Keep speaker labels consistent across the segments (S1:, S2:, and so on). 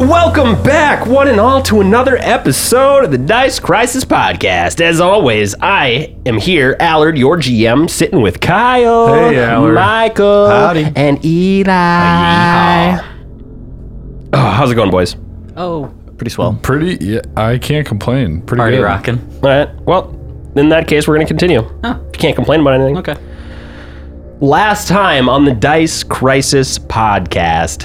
S1: Welcome back, one and all, to another episode of the Dice Crisis Podcast. As always, I am here, Allard, your GM, sitting with Kyle,
S2: Hey, Allard.
S1: Michael,
S2: Howdy.
S1: and Eli. Oh, how's it going, boys?
S3: Oh, pretty swell.
S2: Pretty. Yeah, I can't complain. Pretty
S3: Already
S2: good.
S3: rocking.
S1: All right. Well, in that case, we're going to continue.
S3: Huh.
S1: If you can't complain about anything.
S3: Okay.
S1: Last time on the Dice Crisis podcast,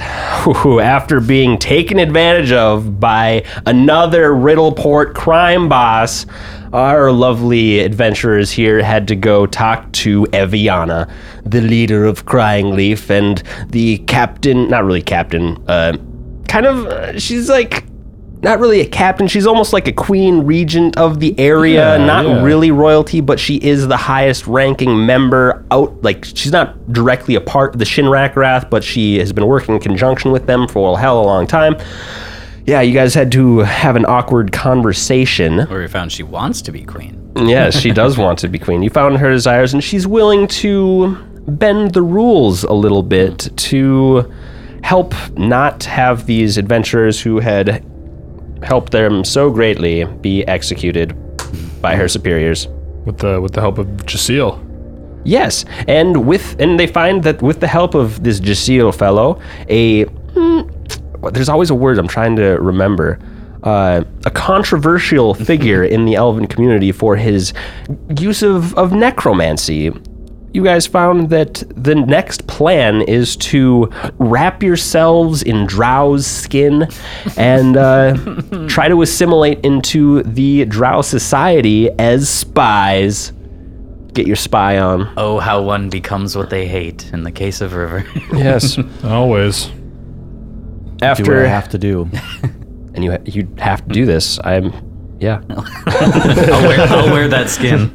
S1: after being taken advantage of by another Riddleport crime boss, our lovely adventurers here had to go talk to Eviana, the leader of Crying Leaf, and the captain, not really captain, uh, kind of, uh, she's like. Not really a captain. She's almost like a queen regent of the area.
S2: Yeah,
S1: not
S2: yeah.
S1: really really royalty, but she is the highest ranking member out. Like, she's not directly a part of the Shinrak Wrath, but she has been working in conjunction with them for a hell of a long time. Yeah, you guys had to have an awkward conversation.
S3: Where we found she wants to be queen.
S1: Yes, she does want to be queen. You found her desires, and she's willing to bend the rules a little bit to help not have these adventurers who had helped them so greatly be executed by her superiors.
S2: With the with the help of Jaceel.
S1: Yes, and with and they find that with the help of this Jaceel fellow, a mm, there's always a word I'm trying to remember. Uh, a controversial figure in the elven community for his use of, of necromancy. You guys found that the next plan is to wrap yourselves in drow's skin and uh, try to assimilate into the drow society as spies. Get your spy on.
S3: Oh, how one becomes what they hate in the case of River.
S1: Yes.
S2: Always.
S1: After
S4: do what I have to do.
S1: and you you have to do this. I'm yeah.
S3: I'll, wear, I'll wear that skin.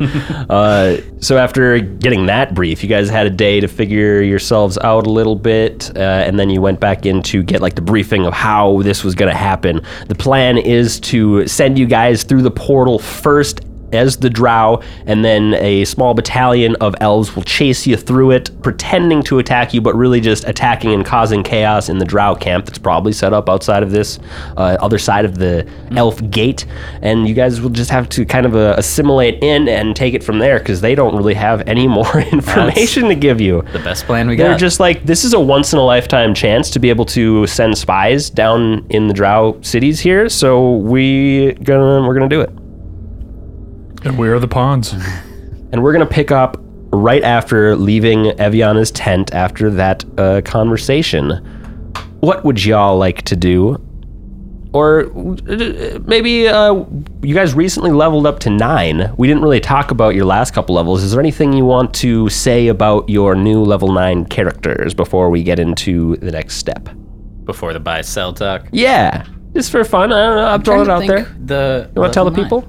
S1: Uh, so after getting that brief, you guys had a day to figure yourselves out a little bit, uh, and then you went back in to get like the briefing of how this was going to happen. The plan is to send you guys through the portal first as the drow and then a small battalion of elves will chase you through it pretending to attack you but really just attacking and causing chaos in the drow camp that's probably set up outside of this uh, other side of the
S3: Mm.
S1: elf gate and you guys will just have to kind of uh, assimilate in and take it from there because they don't really have any more information to give you
S3: the best plan we
S1: they're
S3: got.
S1: just like this is a once in a lifetime chance to be able to send spies down in the drow cities here so we gonna we're gonna do it
S2: And we are the pawns.
S1: and we're gonna pick up right after leaving Eviana's tent after that uh, conversation. What would y'all like to do? Or uh, maybe uh, you guys recently leveled up to nine. We didn't really talk about your last couple levels. Is there anything you want to say about your new level nine characters before we get into the next step?
S3: Before the buy sell talk.
S1: Yeah, just for fun. I don't know. I'm throwing it out there.
S3: The
S1: You want to tell the people?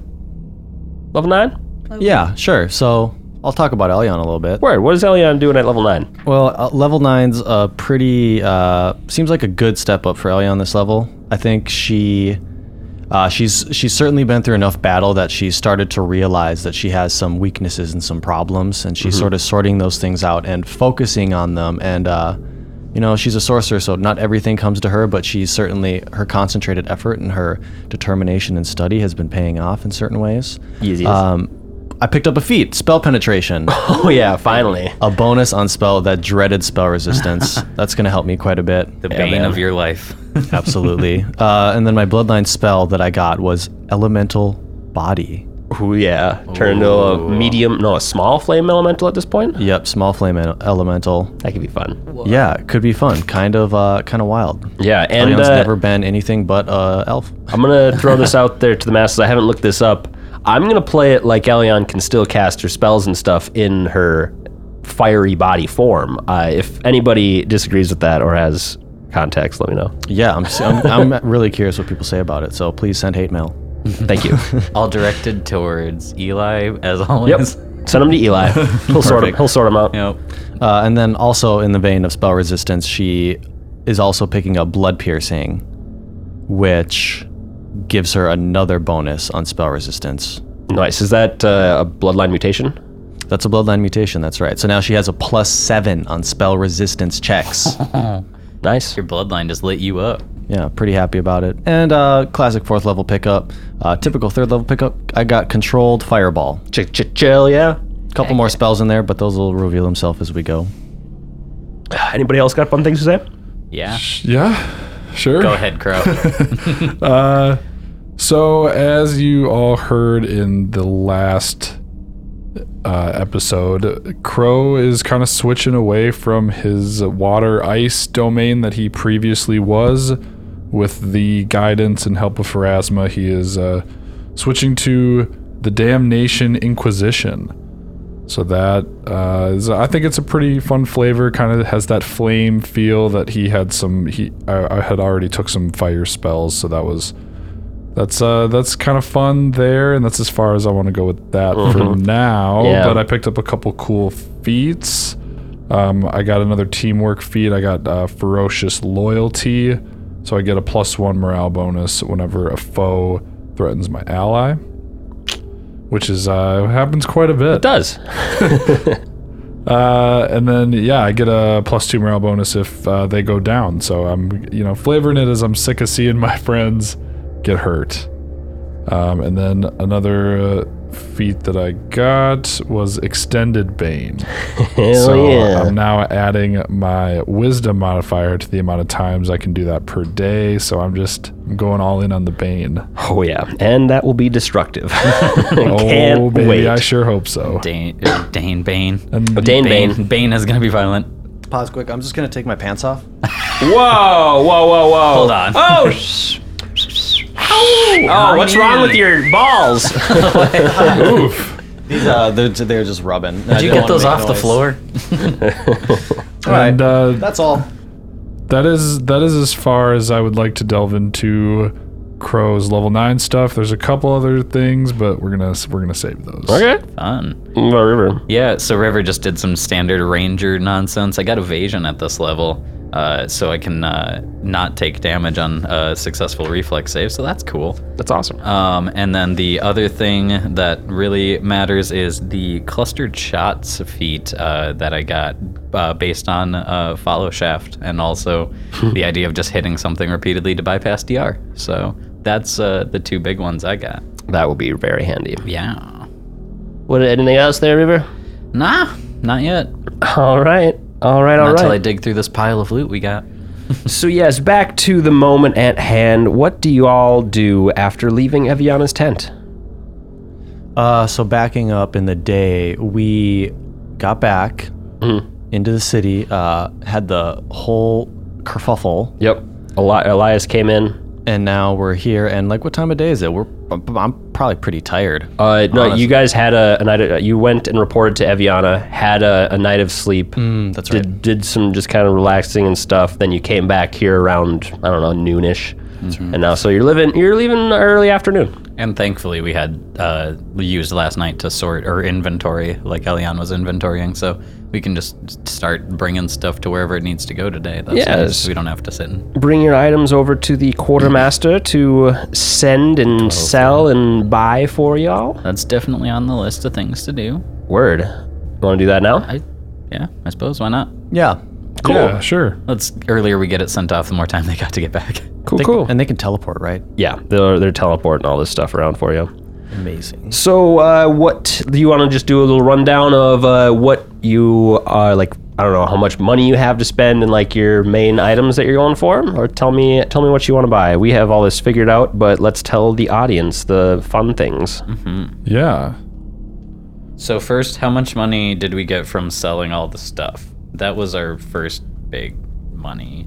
S1: Level nine?
S4: yeah, sure. So I'll talk about Elyon a little bit.
S1: Word. What is Elion doing at level nine?
S4: Well, uh, level nine's a pretty uh, seems like a good step up for Elyon this level. I think she uh, she's she's certainly been through enough battle that she started to realize that she has some weaknesses and some problems, and she's sort of sorting those things out and focusing on them. And uh, you know, she's a sorcerer, so not everything comes to her, but she's certainly her concentrated effort and her determination and study has been paying off in certain ways.
S1: Yes, yes.
S4: Um, I picked up a feat, spell penetration.
S1: Oh yeah, finally.
S4: a bonus on spell that dreaded spell resistance. That's going to help me quite a bit.
S3: The bane of your life.
S4: Absolutely. Uh, and then my bloodline spell that I got was elemental body.
S1: Ooh, yeah. Turn into a medium, no, a small flame elemental at this point.
S4: Yep, small flame ele- elemental.
S1: That could be fun.
S4: Yeah, it could be fun. Kind of, uh, kind of wild.
S1: Yeah, and
S4: Leon's
S1: uh,
S4: never been anything but uh, elf.
S1: I'm gonna throw this out there to the masses. I haven't looked this up. I'm gonna play it like Elion can still cast her spells and stuff in her fiery body form. Uh, if anybody disagrees with that or has context, let me know.
S4: Yeah, I'm, s- I'm, I'm really curious what people say about it. So please send hate mail.
S1: Thank you.
S3: All directed towards Eli, as
S1: yep.
S3: always.
S1: Send them to Eli. He'll sort them. He'll sort 'em out.
S3: Yep.
S4: Uh, and then also in the vein of spell resistance, she is also picking up blood piercing, which gives her another bonus on spell resistance.
S1: Nice. Is that uh, a bloodline mutation?
S4: That's a bloodline mutation. That's right. So now she has a plus seven on spell resistance checks.
S1: Nice.
S3: Your bloodline just lit you up.
S4: Yeah, pretty happy about it. And uh, classic fourth level pickup, uh, typical third level pickup. I got controlled fireball.
S1: Ch- ch- chill, yeah.
S4: Couple more spells in there, but those will reveal themselves as we go.
S1: Anybody else got fun things to say?
S3: Yeah.
S2: Yeah, sure.
S3: Go ahead, Crow.
S2: Uh, so as you all heard in the last uh, episode, Crow is kind of switching away from his water ice domain that he previously was. With the guidance and help of Pharasma, he is uh, switching to the Damnation Inquisition. So that uh, is, I think it's a pretty fun flavor. Kind of has that flame feel that he had some. He I, I had already took some fire spells, so that was that's uh that's kind of fun there, and that's as far as I want to go with that for now.
S1: Yeah.
S2: But I picked up a couple cool feats. Um, I got another teamwork feat. I got uh, ferocious loyalty, so I get a plus one morale bonus whenever a foe threatens my ally, which is uh, happens quite a bit.
S1: Does.
S2: Uh, and then yeah, I get a plus two morale bonus if uh, they go down. So I'm you know flavoring it as I'm sick of seeing my friends get hurt. Um, and then another uh, feat that I got was extended bane.
S1: Hell
S2: so
S1: yeah.
S2: I'm now adding my wisdom modifier to the amount of times I can do that per day. So I'm just I'm going all in on the bane.
S1: oh, yeah. And that will be destructive. Can't
S2: oh baby,
S1: wait. Oh,
S2: I sure hope so.
S3: Dane, uh, Dane Bane.
S2: And
S1: Dane Bane.
S3: Bane. Bane is gonna be violent.
S4: Pause quick. I'm just gonna take my pants off.
S1: Whoa, whoa, whoa, whoa.
S3: Hold on.
S1: Oh, sh- Oh, what's wrong with your balls?
S4: These uh, they're, they're just rubbing.
S3: Did you get those off the floor?
S2: and uh,
S4: That's all.
S2: that is that is as far as I would like to delve into Crow's level nine stuff. There's a couple other things, but we're gonna we're gonna save those.
S3: Fun.
S1: Whatever.
S3: Yeah. So River just did some standard ranger nonsense. I got evasion at this level, uh, so I can uh, not take damage on a successful reflex save. So that's cool.
S1: That's awesome.
S3: Um, and then the other thing that really matters is the clustered shots feat uh, that I got uh, based on uh, follow shaft and also the idea of just hitting something repeatedly to bypass DR. So that's uh, the two big ones I got.
S1: That will be very handy.
S3: Yeah.
S1: What? Anything else there, River?
S3: Nah, not yet.
S1: All right. All right. All
S3: Until I
S1: right.
S3: dig through this pile of loot we got.
S1: So yes, back to the moment at hand. What do you all do after leaving Eviana's tent?
S4: Uh, so backing up in the day, we got back into the city. Uh, had the whole kerfuffle,
S1: Yep. Eli- Elias came in.
S4: and now we're here. And like, what time of day is it? We're I'm, I'm probably pretty tired.
S1: Uh, no, you guys had a, a night. uh, you went and reported to Eviana. Had a, a night of sleep.
S4: Mm, that's right.
S1: did did some just kind of relaxing and stuff. Then you came back here around I don't know noonish, and now so you're living you're leaving early afternoon.
S3: And thankfully, we had uh, used last night to sort or inventory, like Elian was inventorying. So we can just start bringing stuff to wherever it needs to go today. That's nice.
S1: Yes.
S3: We don't have to sit in.
S1: Bring your items over to the quartermaster to send and sell and buy for y'all.
S3: That's definitely on the list of things to do.
S1: Word, you want to do that now?
S3: I, yeah, I suppose. Why not?
S4: Yeah,
S1: Cool,
S2: Yeah, sure.
S3: Let's earlier we get it sent off, the more time they got to get back.
S1: cool,
S4: They-
S1: cool.
S4: And they can teleport, right?
S1: yeah, they're they're teleporting all this stuff around for you.
S4: Amazing.
S1: So, uh, what do you want to just do a little rundown of uh, what you uh, like? I don't know how much money you have to spend and like your main items that you're going for, or tell me tell me what you want to buy. We have all this figured out, but let's tell the audience the fun things.
S2: Yeah.
S3: So first, how much money did we get from selling all the stuff? That was our first big money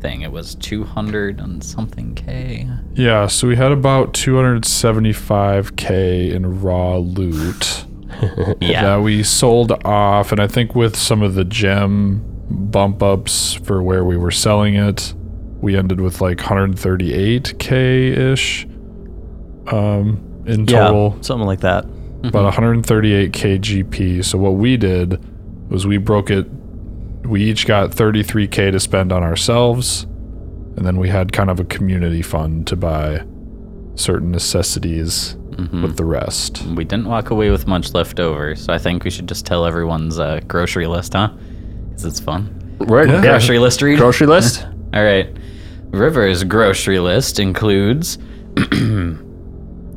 S3: thing. It was two hundred and something k.
S2: Yeah, so we had about 275k in raw loot that we sold off, and I think with some of the gem bump ups for where we were selling it, we ended with like 138k ish um, in total
S4: Yeah, something like that.
S2: about 138k GP. So what we did was we broke it. We each got 33k to spend on ourselves, and then we had kind of a community fund to buy certain necessities with the rest.
S3: We didn't walk away with much left over, so I think we should just tell everyone's uh, grocery list, huh? Because it's fun.
S1: Right?
S2: Yeah.
S1: Yeah.
S3: Grocery list read?
S1: Grocery list.
S3: All right. River's grocery list includes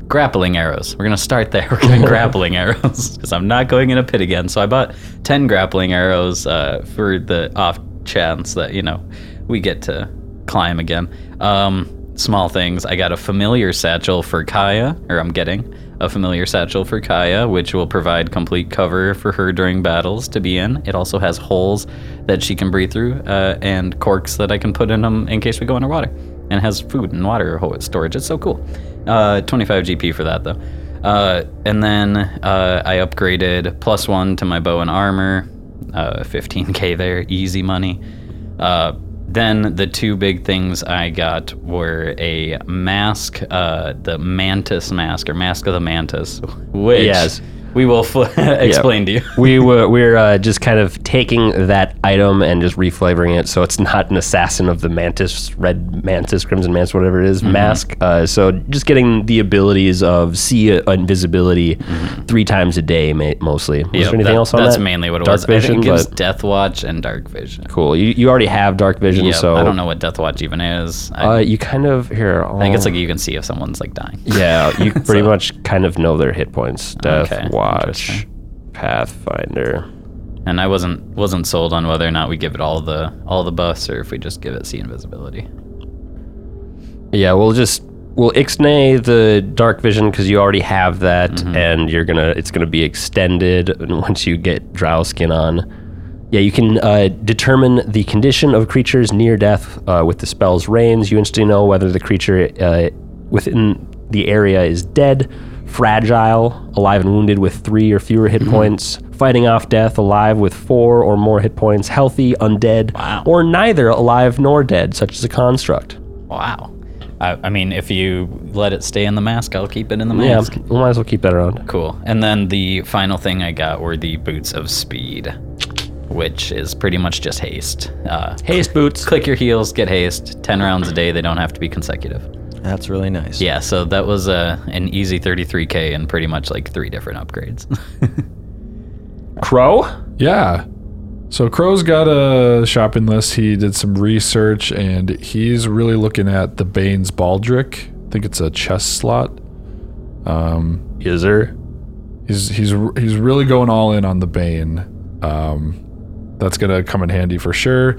S3: grappling arrows. We're gonna start there. We're gonna grappling arrows because I'm not going in a pit again. So I bought ten grappling arrows uh, for the off chance that you know we get to climb again. Um, small things. I got a familiar satchel for Kaya, or I'm getting a familiar satchel for Kaya, which will provide complete cover for her during battles to be in. It also has holes that she can breathe through uh, and corks that I can put in them in case we go underwater. And has food and water ho- storage. It's so cool. Uh, 25 GP for that though. Uh, and then uh, I upgraded plus one to my bow and armor. Uh, 15k there, easy money. Uh, then the two big things I got were a mask, uh, the mantis mask or mask of the mantis, which
S1: Yes.
S3: we will fl- explain to you.
S1: we were we're uh, just kind of taking that item and just reflavoring it, so it's not an assassin of the mantis, red mantis, crimson mantis, whatever it is,
S3: Mm-hmm.
S1: mask. Uh, so just getting the abilities of see uh, invisibility three times a day, ma- mostly. Was
S3: Mm-hmm. Yep,
S1: there anything
S3: that-
S1: else on
S3: That's
S1: that?
S3: mainly what it
S1: Dark
S3: was.
S1: Vision,
S3: I think it's
S1: but
S3: Death Watch and Dark Vision.
S1: cool. You, you already have dark vision,
S3: Yeah,
S1: so
S3: I don't know what Death Watch even is. I,
S1: Uh, you kind of here.
S3: I think it's like you can see if someone's like dying.
S1: yeah, you pretty much kind of know their hit points. Death
S3: Okay,
S1: Watch,
S3: interesting.
S1: Pathfinder.
S3: And I wasn't wasn't sold on whether or not we give it all the all the buffs or if we just give it see invisibility.
S1: Yeah, we'll just we'll ixnay the dark vision because you already have that, and you're gonna it's gonna be extended and once you get drow skin on. Yeah, you can uh, determine the condition of creatures near death uh, with the spell's reins. You instantly know whether the creature uh, within the area is dead, fragile, alive and wounded with three or fewer hit points, fighting off death, alive with four or more hit points, healthy, undead, or neither alive nor dead, such as a construct.
S3: Wow. I, I mean, if you let it stay in the mask, I'll keep it in the
S1: Yeah,
S3: mask.
S1: we might as well keep that around.
S3: Cool. And then the final thing I got were the boots of speed, which is pretty much just haste. Uh,
S1: Haste boots.
S3: click your heels, get haste. Ten rounds a day. They don't have to be consecutive.
S4: That's really nice.
S3: Yeah. So that was uh, an easy 33k and pretty much like three different upgrades.
S1: Crow?
S2: Yeah. So Crow's got a shopping list. He did some research and he's really looking at the Bane's Baldric. I think it's a chess slot. Um,
S1: Is there?
S2: He's he's he's really going all in on the Bane. Um, that's gonna come in handy for sure.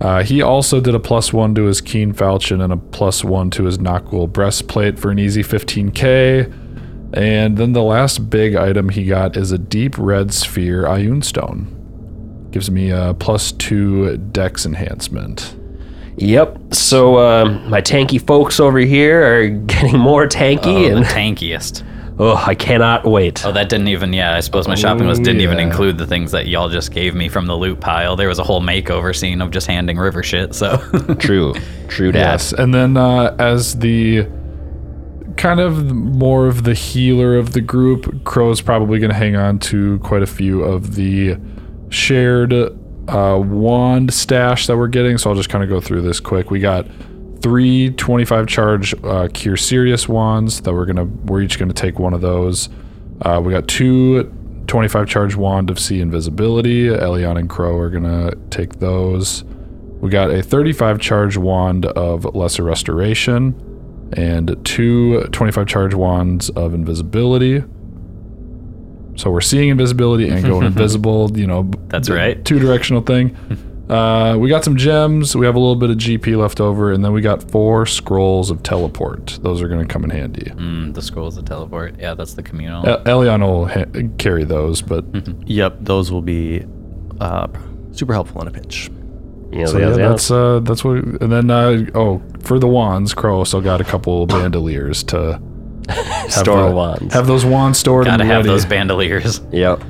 S2: Uh, he also did a plus one to his keen falchion and a plus one to his Nockwell breastplate for an easy 15k. And then the last big item he got is a deep red sphere Ioun stone. Gives me a plus two dex enhancement.
S1: Yep. So um, my tanky folks over here are getting more
S3: oh,
S1: tanky,
S3: the
S1: and
S3: tankiest.
S1: oh, I cannot wait.
S3: Oh, that didn't even. Yeah, I suppose my shopping list didn't even
S2: yeah.
S3: include the things that y'all just gave me from the loot pile. There was a whole makeover scene of just handing River shit. So
S1: True, true dat.
S2: Yes, and then uh, as the kind of more of the healer of the group, Crow's probably going to hang on to quite a few of the shared uh, wand stash that we're getting. So I'll just kind of go through this quick. We got three 25 charge uh, Cure Serious wands that we're gonna we're each going to take one of those. Uh, we got two 25 charge wand of Sea Invisibility. Elion and Crow are going to take those. We got a 35 charge wand of Lesser Restoration and two 25 charge wands of Invisibility. So we're seeing invisibility and going invisible, you know.
S3: That's right.
S2: Two directional thing. Uh, we got some gems. We have a little bit of GP left over. And then we got four scrolls of teleport. Those are going to come in handy.
S3: Mm, the scrolls of teleport. Yeah, that's the communal.
S2: E- Elion will ha- carry those, but
S4: Yep, those will be uh, super helpful in a pinch.
S1: Yeah,
S2: So yeah, that's uh, that's what. And then uh, oh, for the wands, Crow also got a couple bandoliers to have
S1: Store
S2: the-
S1: wands.
S2: Have those wands stored.
S3: Gotta
S2: and
S3: have
S2: ready.
S3: those bandoliers.
S1: yep.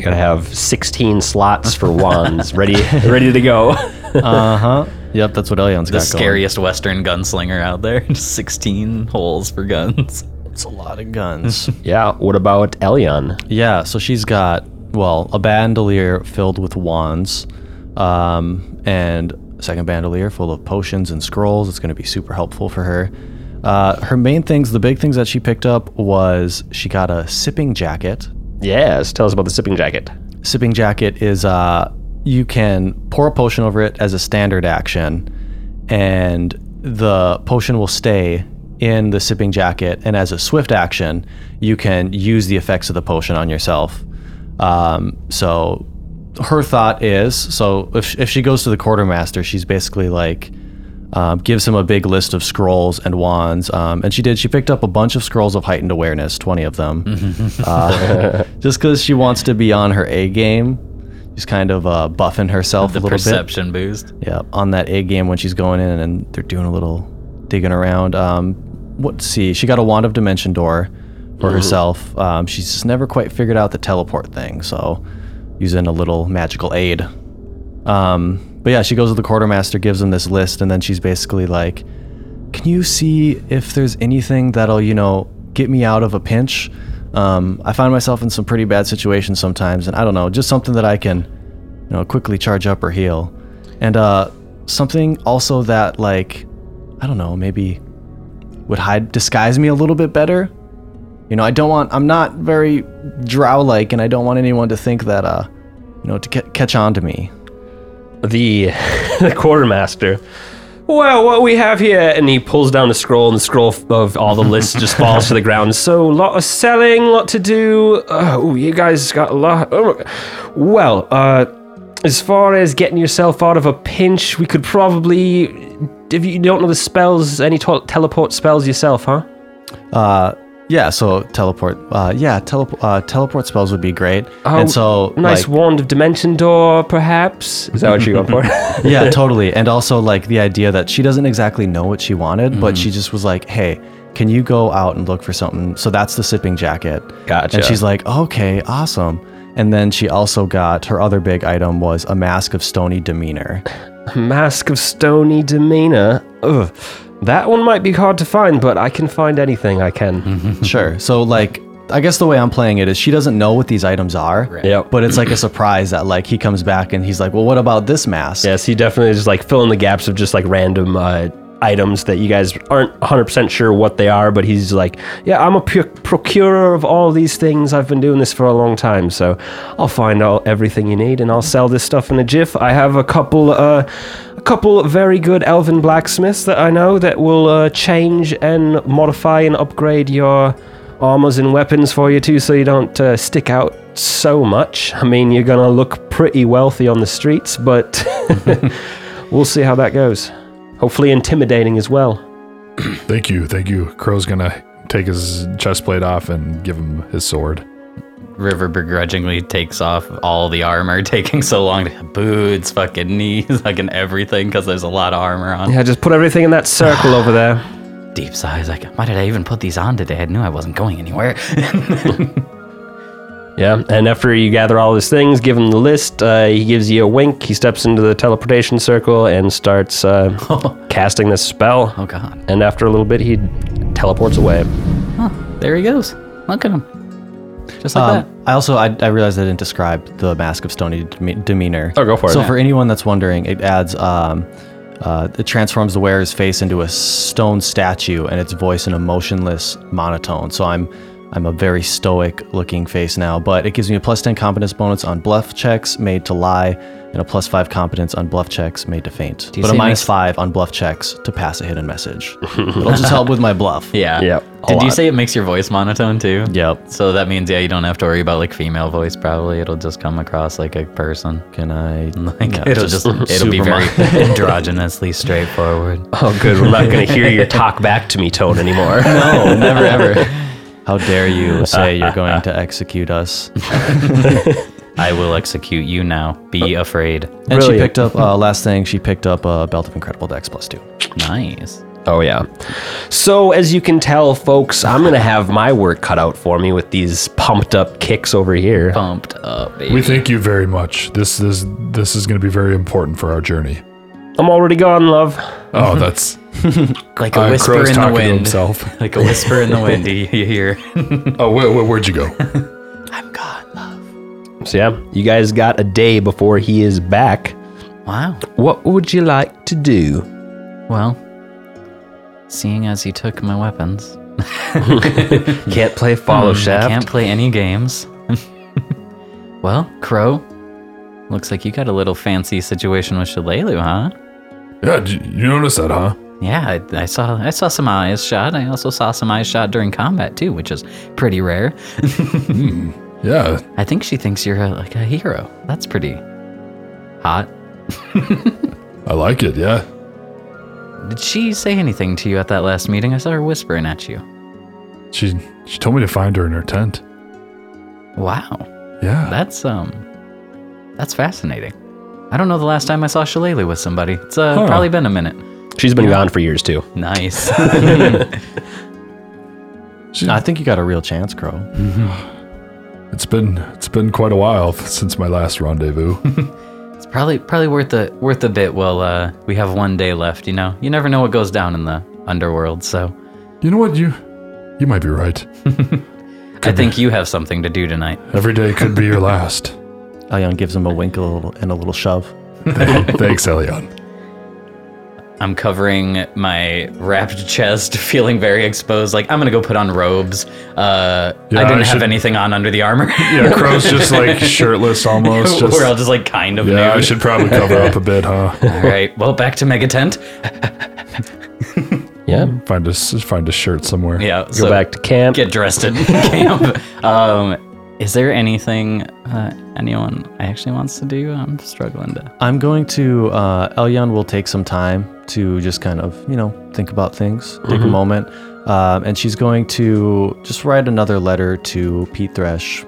S1: Gotta have 16 slots for wands ready, ready to go.
S4: Uh huh. yep, that's what Elion's
S3: The
S4: got going.
S3: scariest Western gunslinger out there. Just 16 holes for guns.
S4: It's a lot of guns.
S1: yeah. What about Elion?
S4: Yeah, so she's got well a bandolier filled with wands, um, and a second bandolier full of potions and scrolls. It's going to be super helpful for her. Uh, her main things, the big things that she picked up was she got a sipping jacket.
S1: Yes. Tell us about the sipping jacket.
S4: Sipping jacket is uh, you can pour a potion over it as a standard action, and the potion will stay in the sipping jacket. And as a swift action, you can use the effects of the potion on yourself. Um, so her thought is so if, if she goes to the quartermaster, she's basically like, um, gives him a big list of scrolls and wands. Um, and she did. She picked up a bunch of scrolls of heightened awareness, 20 of them, uh, just because she wants to be on her A game. She's kind of uh, buffing herself
S3: The
S4: a little bit.
S3: perception boost.
S4: Yeah, on that A game when she's going in and they're doing a little digging around. Um, what see? She got a wand of dimension door for herself. Um, she's just never quite figured out the teleport thing, so using a little magical aid. Um, but yeah, she goes to the quartermaster, gives him this list, and then she's basically like, "Can you see if there's anything that'll you know get me out of a pinch?" Um, I find myself in some pretty bad situations sometimes, and I don't know, just something that I can you know, quickly charge up or heal. And uh, something also that, like, I don't know, maybe would hide, disguise me a little bit better. You know, I don't want, I'm not very drow like, and I don't want anyone to think that, uh, you know, to ca- catch on to me.
S1: the the quartermaster. Well, what we have here, and he pulls down a scroll, and the scroll f- of all the lists just falls to the ground. So, lot of selling, lot to do. Oh, you guys got a lot. oh. Well, uh, as far as getting yourself out of a pinch, we could probably. If you don't know the spells, any tel- teleport spells yourself, huh?
S4: Uh, yeah, so teleport. Uh, yeah, telep- uh, teleport spells would be great. and so,
S1: nice
S4: like,
S1: wand of dimension door, perhaps. Is that what you're going for?
S4: yeah, totally. And also like the idea that she doesn't exactly know what she wanted, but
S1: Mm-hmm.
S4: she just was like, "Hey, can you go out and look for something?" So that's the sipping jacket.
S1: Gotcha.
S4: And she's like, "Okay, awesome." And then she also got her other big item was a mask of stony demeanor.
S1: Mask of Stony Demeanor. Ugh. That one might be hard to find, but I can find anything I can.
S4: sure. So like I guess the way I'm playing it is she doesn't know what these items are.
S1: Yep.
S4: But it's like a surprise that like he comes back and he's like, "Well, what about this mask?"
S1: yes, he definitely is like filling the gaps of just like random uh, items that you guys aren't 100% sure what they are, but he's like, yeah, I'm a pu- procurer of all these things. I've been doing this for a long time, so I'll find all everything you need and I'll sell this stuff in a jiff. I have a couple uh a couple very good elven blacksmiths that I know that will uh, change and modify and upgrade your armors and weapons for you too, so you don't uh, stick out so much. I mean, you're gonna look pretty wealthy on the streets, but we'll see how that goes. Hopefully, intimidating as well.
S2: Thank you, thank you. Crow's gonna take his chest plate off and give him his sword.
S3: River begrudgingly takes off all the armor, taking so long to boots, fucking knees, fucking everything, because there's a lot of armor on.
S1: Yeah, just put everything in that circle over there.
S3: Deep sighs, like, why did I even put these on today? I knew I wasn't going anywhere.
S1: Yeah, and after you gather all his things, give him the list. Uh, he gives you a wink. He steps into the teleportation circle and starts uh, casting this spell.
S3: oh god.
S1: And after a little bit, he teleports away.
S3: There he goes. Look at him. Just like that.
S4: Um, I also I, I realized I didn't describe the mask of stony Deme- demeanor.
S1: Oh, go for it.
S4: So
S1: Yeah.
S4: for anyone that's wondering, it adds um, uh, it transforms the wearer's face into a stone statue and its voice in a motionless monotone. So I'm I'm a very stoic looking face now, but it gives me a plus ten competence bonus on bluff checks made to lie and a plus five competence on bluff checks made to faint,
S3: you
S4: but a
S3: see
S4: minus
S3: my-
S4: five on bluff checks to pass a hidden message. It'll just help with my bluff.
S3: Yeah.
S1: Yeah, a
S3: Did you
S1: lot.
S3: say it makes your voice monotone too?
S4: Yep.
S3: So that means yeah, you don't have to worry about like female voice. Probably it'll just come across like a person.
S4: Can I?
S3: Like
S4: No,
S3: it'll just
S4: just
S3: it'll be
S4: super
S3: very androgynously straightforward.
S1: Oh, good. We're not going to hear your talk back to me tone anymore.
S4: No, never ever. How dare you say you're going to execute us?
S3: I will execute you now. Be afraid.
S4: And she
S1: Brilliant.
S4: picked up uh, last thing. She picked up a belt of incredible dex plus two.
S3: Nice.
S1: Oh, yeah. So, as you can tell, folks, I'm going to have my work cut out for me with these pumped up kicks over here.
S3: Pumped up, baby.
S2: We thank you very much. This is this is gonna be very important for our journey.
S1: I'm already gone, love.
S2: Oh, that's
S3: like
S2: uh,
S3: a whisper
S2: Crow's
S3: in the
S2: talking to
S3: wind.
S2: himself.
S3: Like a whisper in the wind. You, you hear?
S2: Oh, where, where, where'd you go?
S3: I'm God, love.
S1: So, yeah, you guys got a day before he is back.
S3: Wow.
S1: What would you like to do?
S3: Well, seeing as he took my weapons,
S1: Can't play follow
S3: I can't play any games. well, Crow, looks like you got a little fancy situation with Shalalu, huh?
S2: Yeah, d- you noticed that, huh?
S3: Yeah, I, I saw I saw some eyes shot. I also saw some eyes shot during combat too, which is pretty rare.
S2: Yeah,
S3: I think she thinks you're a, like a hero. That's pretty hot.
S2: I like it. Yeah.
S3: Did she say anything to you at that last meeting? I saw her whispering at you.
S2: She she told me to find her in her tent.
S3: Wow,
S2: Yeah.
S3: that's um, that's fascinating. I don't know the last time I saw Shillelagh with somebody. It's uh,
S2: Huh.
S3: probably been a minute.
S1: She's been gone for years too.
S3: Nice.
S2: she,
S4: I think you got a real chance, Crow.
S2: it's been it's been quite a while f- since my last rendezvous.
S3: it's probably probably worth a worth a bit. Well, uh, we have one day left. You know, you never know what goes down in the underworld. So
S2: you know what? You you might be right.
S3: I think you have something to do tonight.
S2: Every day could be your last.
S4: Elyon gives him a wink a little, and a little shove.
S2: Thanks, Elion.
S3: I'm covering my wrapped chest, feeling very exposed. Like I'm gonna go put on robes. Uh,
S2: Yeah,
S3: I didn't
S2: I
S3: have
S2: should-
S3: anything on under the armor.
S2: Yeah, Crow's just like shirtless almost. Just,
S3: We're all just like kind of
S2: yeah, I
S3: nude.
S2: should probably cover up a bit, huh?
S3: all right, well back to mega tent.
S1: Yeah.
S3: Hmm.
S2: Find a s- find a shirt somewhere.
S3: Yeah,
S1: Go back to camp.
S3: Get dressed in camp. Um, is there anything uh, anyone actually wants to do? I'm struggling to.
S4: I'm going to uh, Elyon will take some time to just kind of you know think about things, take a moment, um, and she's going to just write another letter to Pete Thresh,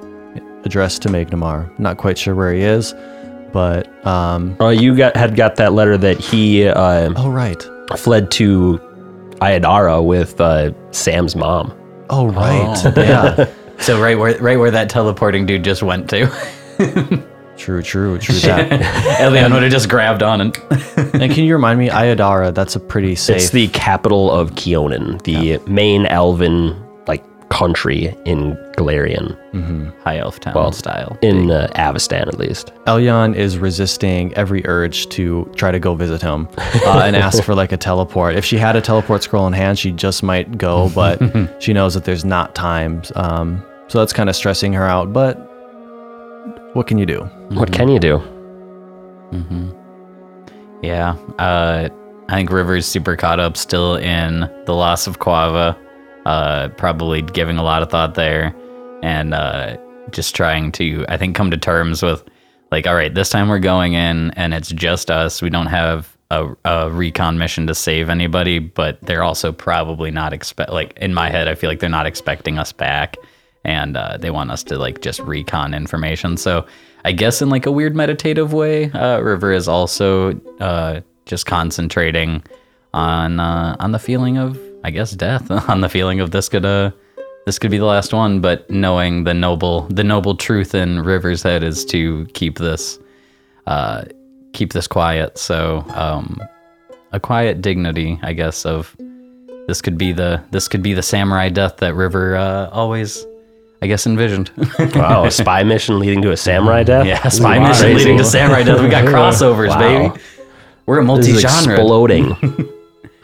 S4: addressed to Magnamar. Not quite sure where he is, but um,
S1: Uh, you got had got that letter that he uh,
S4: oh right,
S1: fled to Ayadara with uh, Sam's mom.
S4: oh right, yeah,
S3: So right where right where that teleporting dude just went to,
S4: true, true, true. That.
S3: Elion would have just grabbed on and
S4: and can you remind me, Ayadara? That's a pretty safe.
S1: It's the capital of Keonan, the main elven like country in Galarian,
S3: high elf town style.
S1: in uh, Avestan at least.
S4: Elyon is resisting every urge to try to go visit him uh, and ask for like a teleport. If she had a teleport scroll in hand, she just might go, but she knows that there's not time. Um, so that's kind of stressing her out. But what can you do?
S3: Mm-hmm.
S1: What can you do?
S3: Yeah. Uh, I think River's super caught up still in the loss of Quava, uh, probably giving a lot of thought there and uh, just trying to, I think, come to terms with like, all right, this time we're going in and it's just us. We don't have a, a recon mission to save anybody, but they're also probably not expect like in my head, I feel like they're not expecting us back and uh, they want us to like just recon information. So I guess in like a weird meditative way, uh, River is also uh, just concentrating on uh, on the feeling of I guess death, on the feeling of this could uh, this could be the last one. But knowing the noble the noble truth in River's head is to keep this uh, keep this quiet. So um, a quiet dignity, I guess, of this could be the this could be the samurai death that River uh, always, I guess, envisioned.
S1: Wow, a spy mission leading to a samurai death.
S3: yeah, spy
S1: Wow.
S3: mission leading to
S1: Crazy.
S3: samurai death. We got crossovers,
S1: Wow.
S3: baby. We're a
S1: This is
S3: multi-genre.
S1: exploding.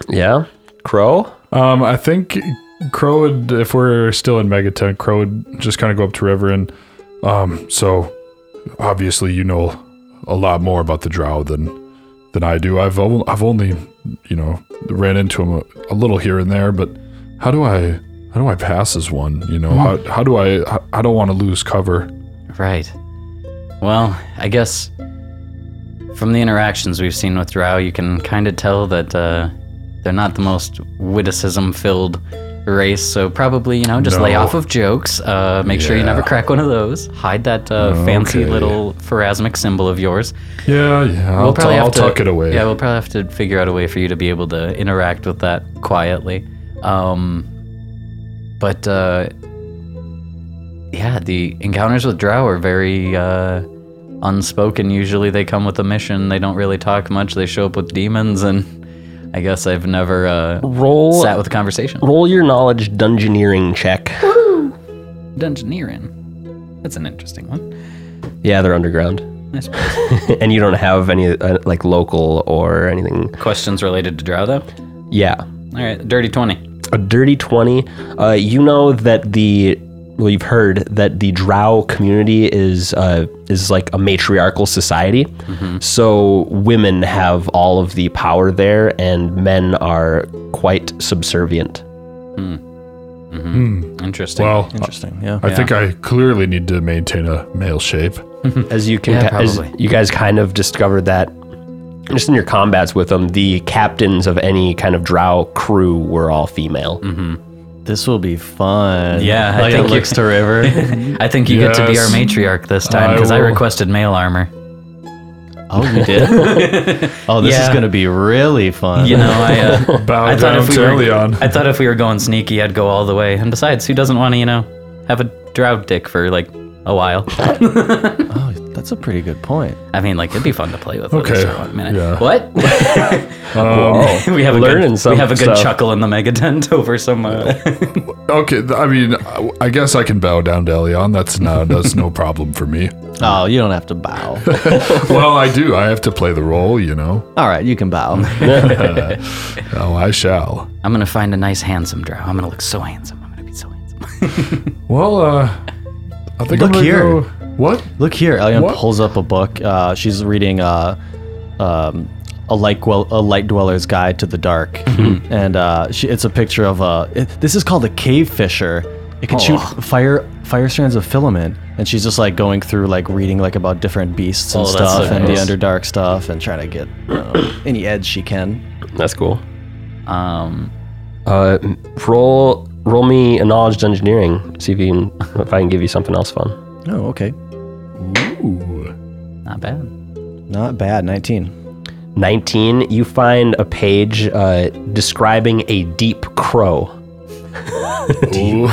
S1: yeah, crow.
S2: Um, I think Crow would, if we're still in Megaton, Crow would just kind of go up to River and, um, so obviously you know a lot more about the Drow than than I do. I've o- I've only you know ran into him a, a little here and there, but how do I how do I pass as one? You know how
S3: Mm-hmm.
S2: how do I I- I don't want to lose cover.
S3: Right. Well, I guess from the interactions we've seen with Drow, you can kind of tell that uh, they're not the most witticism-filled race. So probably, you know, just lay
S2: No.
S3: off of jokes. Uh, make sure you never
S2: Yeah.
S3: crack one of those. Hide that uh, fancy
S2: Okay.
S3: little pharasmic symbol of yours.
S2: Yeah, yeah. I'll,
S3: We'll probably
S2: I'll
S3: have to,
S2: tuck it away.
S3: Yeah, we'll probably have to figure out a way for you to be able to interact with that quietly. Um, but uh, yeah, the encounters with Drow are very uh, unspoken. Usually, they come with a mission. They don't really talk much. They show up with demons, and I guess I've never uh,
S1: Roll.
S3: sat with a conversation.
S1: Roll your knowledge dungeoneering check.
S3: Dungeoneering. That's an interesting one.
S1: Yeah, they're underground,
S3: I suppose.
S1: and you don't have any uh, like local or anything.
S3: Questions related to Drow, though.
S1: Yeah,
S3: All right, dirty twenty.
S1: a dirty 20 uh, you know that the well, you've heard that the Drow community is uh, is like a matriarchal society. So women have all of the power there, and men are quite subservient.
S3: Interesting.
S2: Well,
S4: Interesting. Yeah.
S2: I think I clearly need to maintain a male shape.
S1: As you can,
S3: Yeah,
S1: as
S3: probably.
S1: you guys kind of discovered that just in your combats with them, the captains of any kind of Drow crew were all female.
S4: This will be fun.
S3: Yeah, I
S4: Like
S3: think
S4: it
S3: you-
S4: looks to river.
S3: I think you get to be our
S2: Yes.
S3: matriarch this time
S2: I
S3: because I,
S2: will.
S3: requested male armor.
S4: oh, you did. oh, this is
S3: Yeah.
S4: gonna be really fun.
S3: You know, I uh,
S2: Bow
S3: I thought
S2: down
S3: if we
S2: to
S3: were
S2: Elion.
S3: I thought if we were going sneaky, I'd go all the way. And besides, who doesn't want to you know have a drow dick for like a while?
S4: Oh, that's a pretty good point.
S3: I mean, like it'd be fun to play with. at
S2: Okay,
S3: least for one minute.
S2: yeah.
S3: What?
S2: Um,
S3: we have a
S1: Learning
S3: good,
S1: some
S3: we have a good
S1: stuff.
S3: chuckle in the mega tent over some. Uh,
S2: okay, th- I mean, I- I guess I can bow down to Elion. That's no, that's no problem for me.
S4: Oh, you don't have to bow.
S2: Well, I do. I have to play the role, you know.
S4: All right, you can bow.
S2: Oh, I shall.
S3: I'm gonna find a nice handsome drow. I'm gonna look so handsome. I'm gonna be so handsome.
S2: Well, uh, I think I'm
S4: Look
S2: gonna
S4: here.
S2: go- What?
S4: Look here, Elion
S2: What?
S4: pulls up a book. Uh, she's reading uh, um, a light Gwell- a light dweller's guide to the dark, and uh, she, it's a picture of a. It, this is called a cave fisher. It can shoot fire fire strands of filament, and she's just like going through like reading like about different beasts and
S3: Oh, that's so
S4: stuff, and
S3: nice.
S4: the underdark stuff, and trying to get uh, any edge she can.
S1: That's cool.
S3: Um,
S1: Uh, roll roll me a knowledge engineering. See if you can if I can give you something else fun.
S4: Oh, okay,
S3: not bad.
S4: not bad. Nineteen.
S1: Nineteen. You find a page uh, describing a deep crow.
S2: Ooh.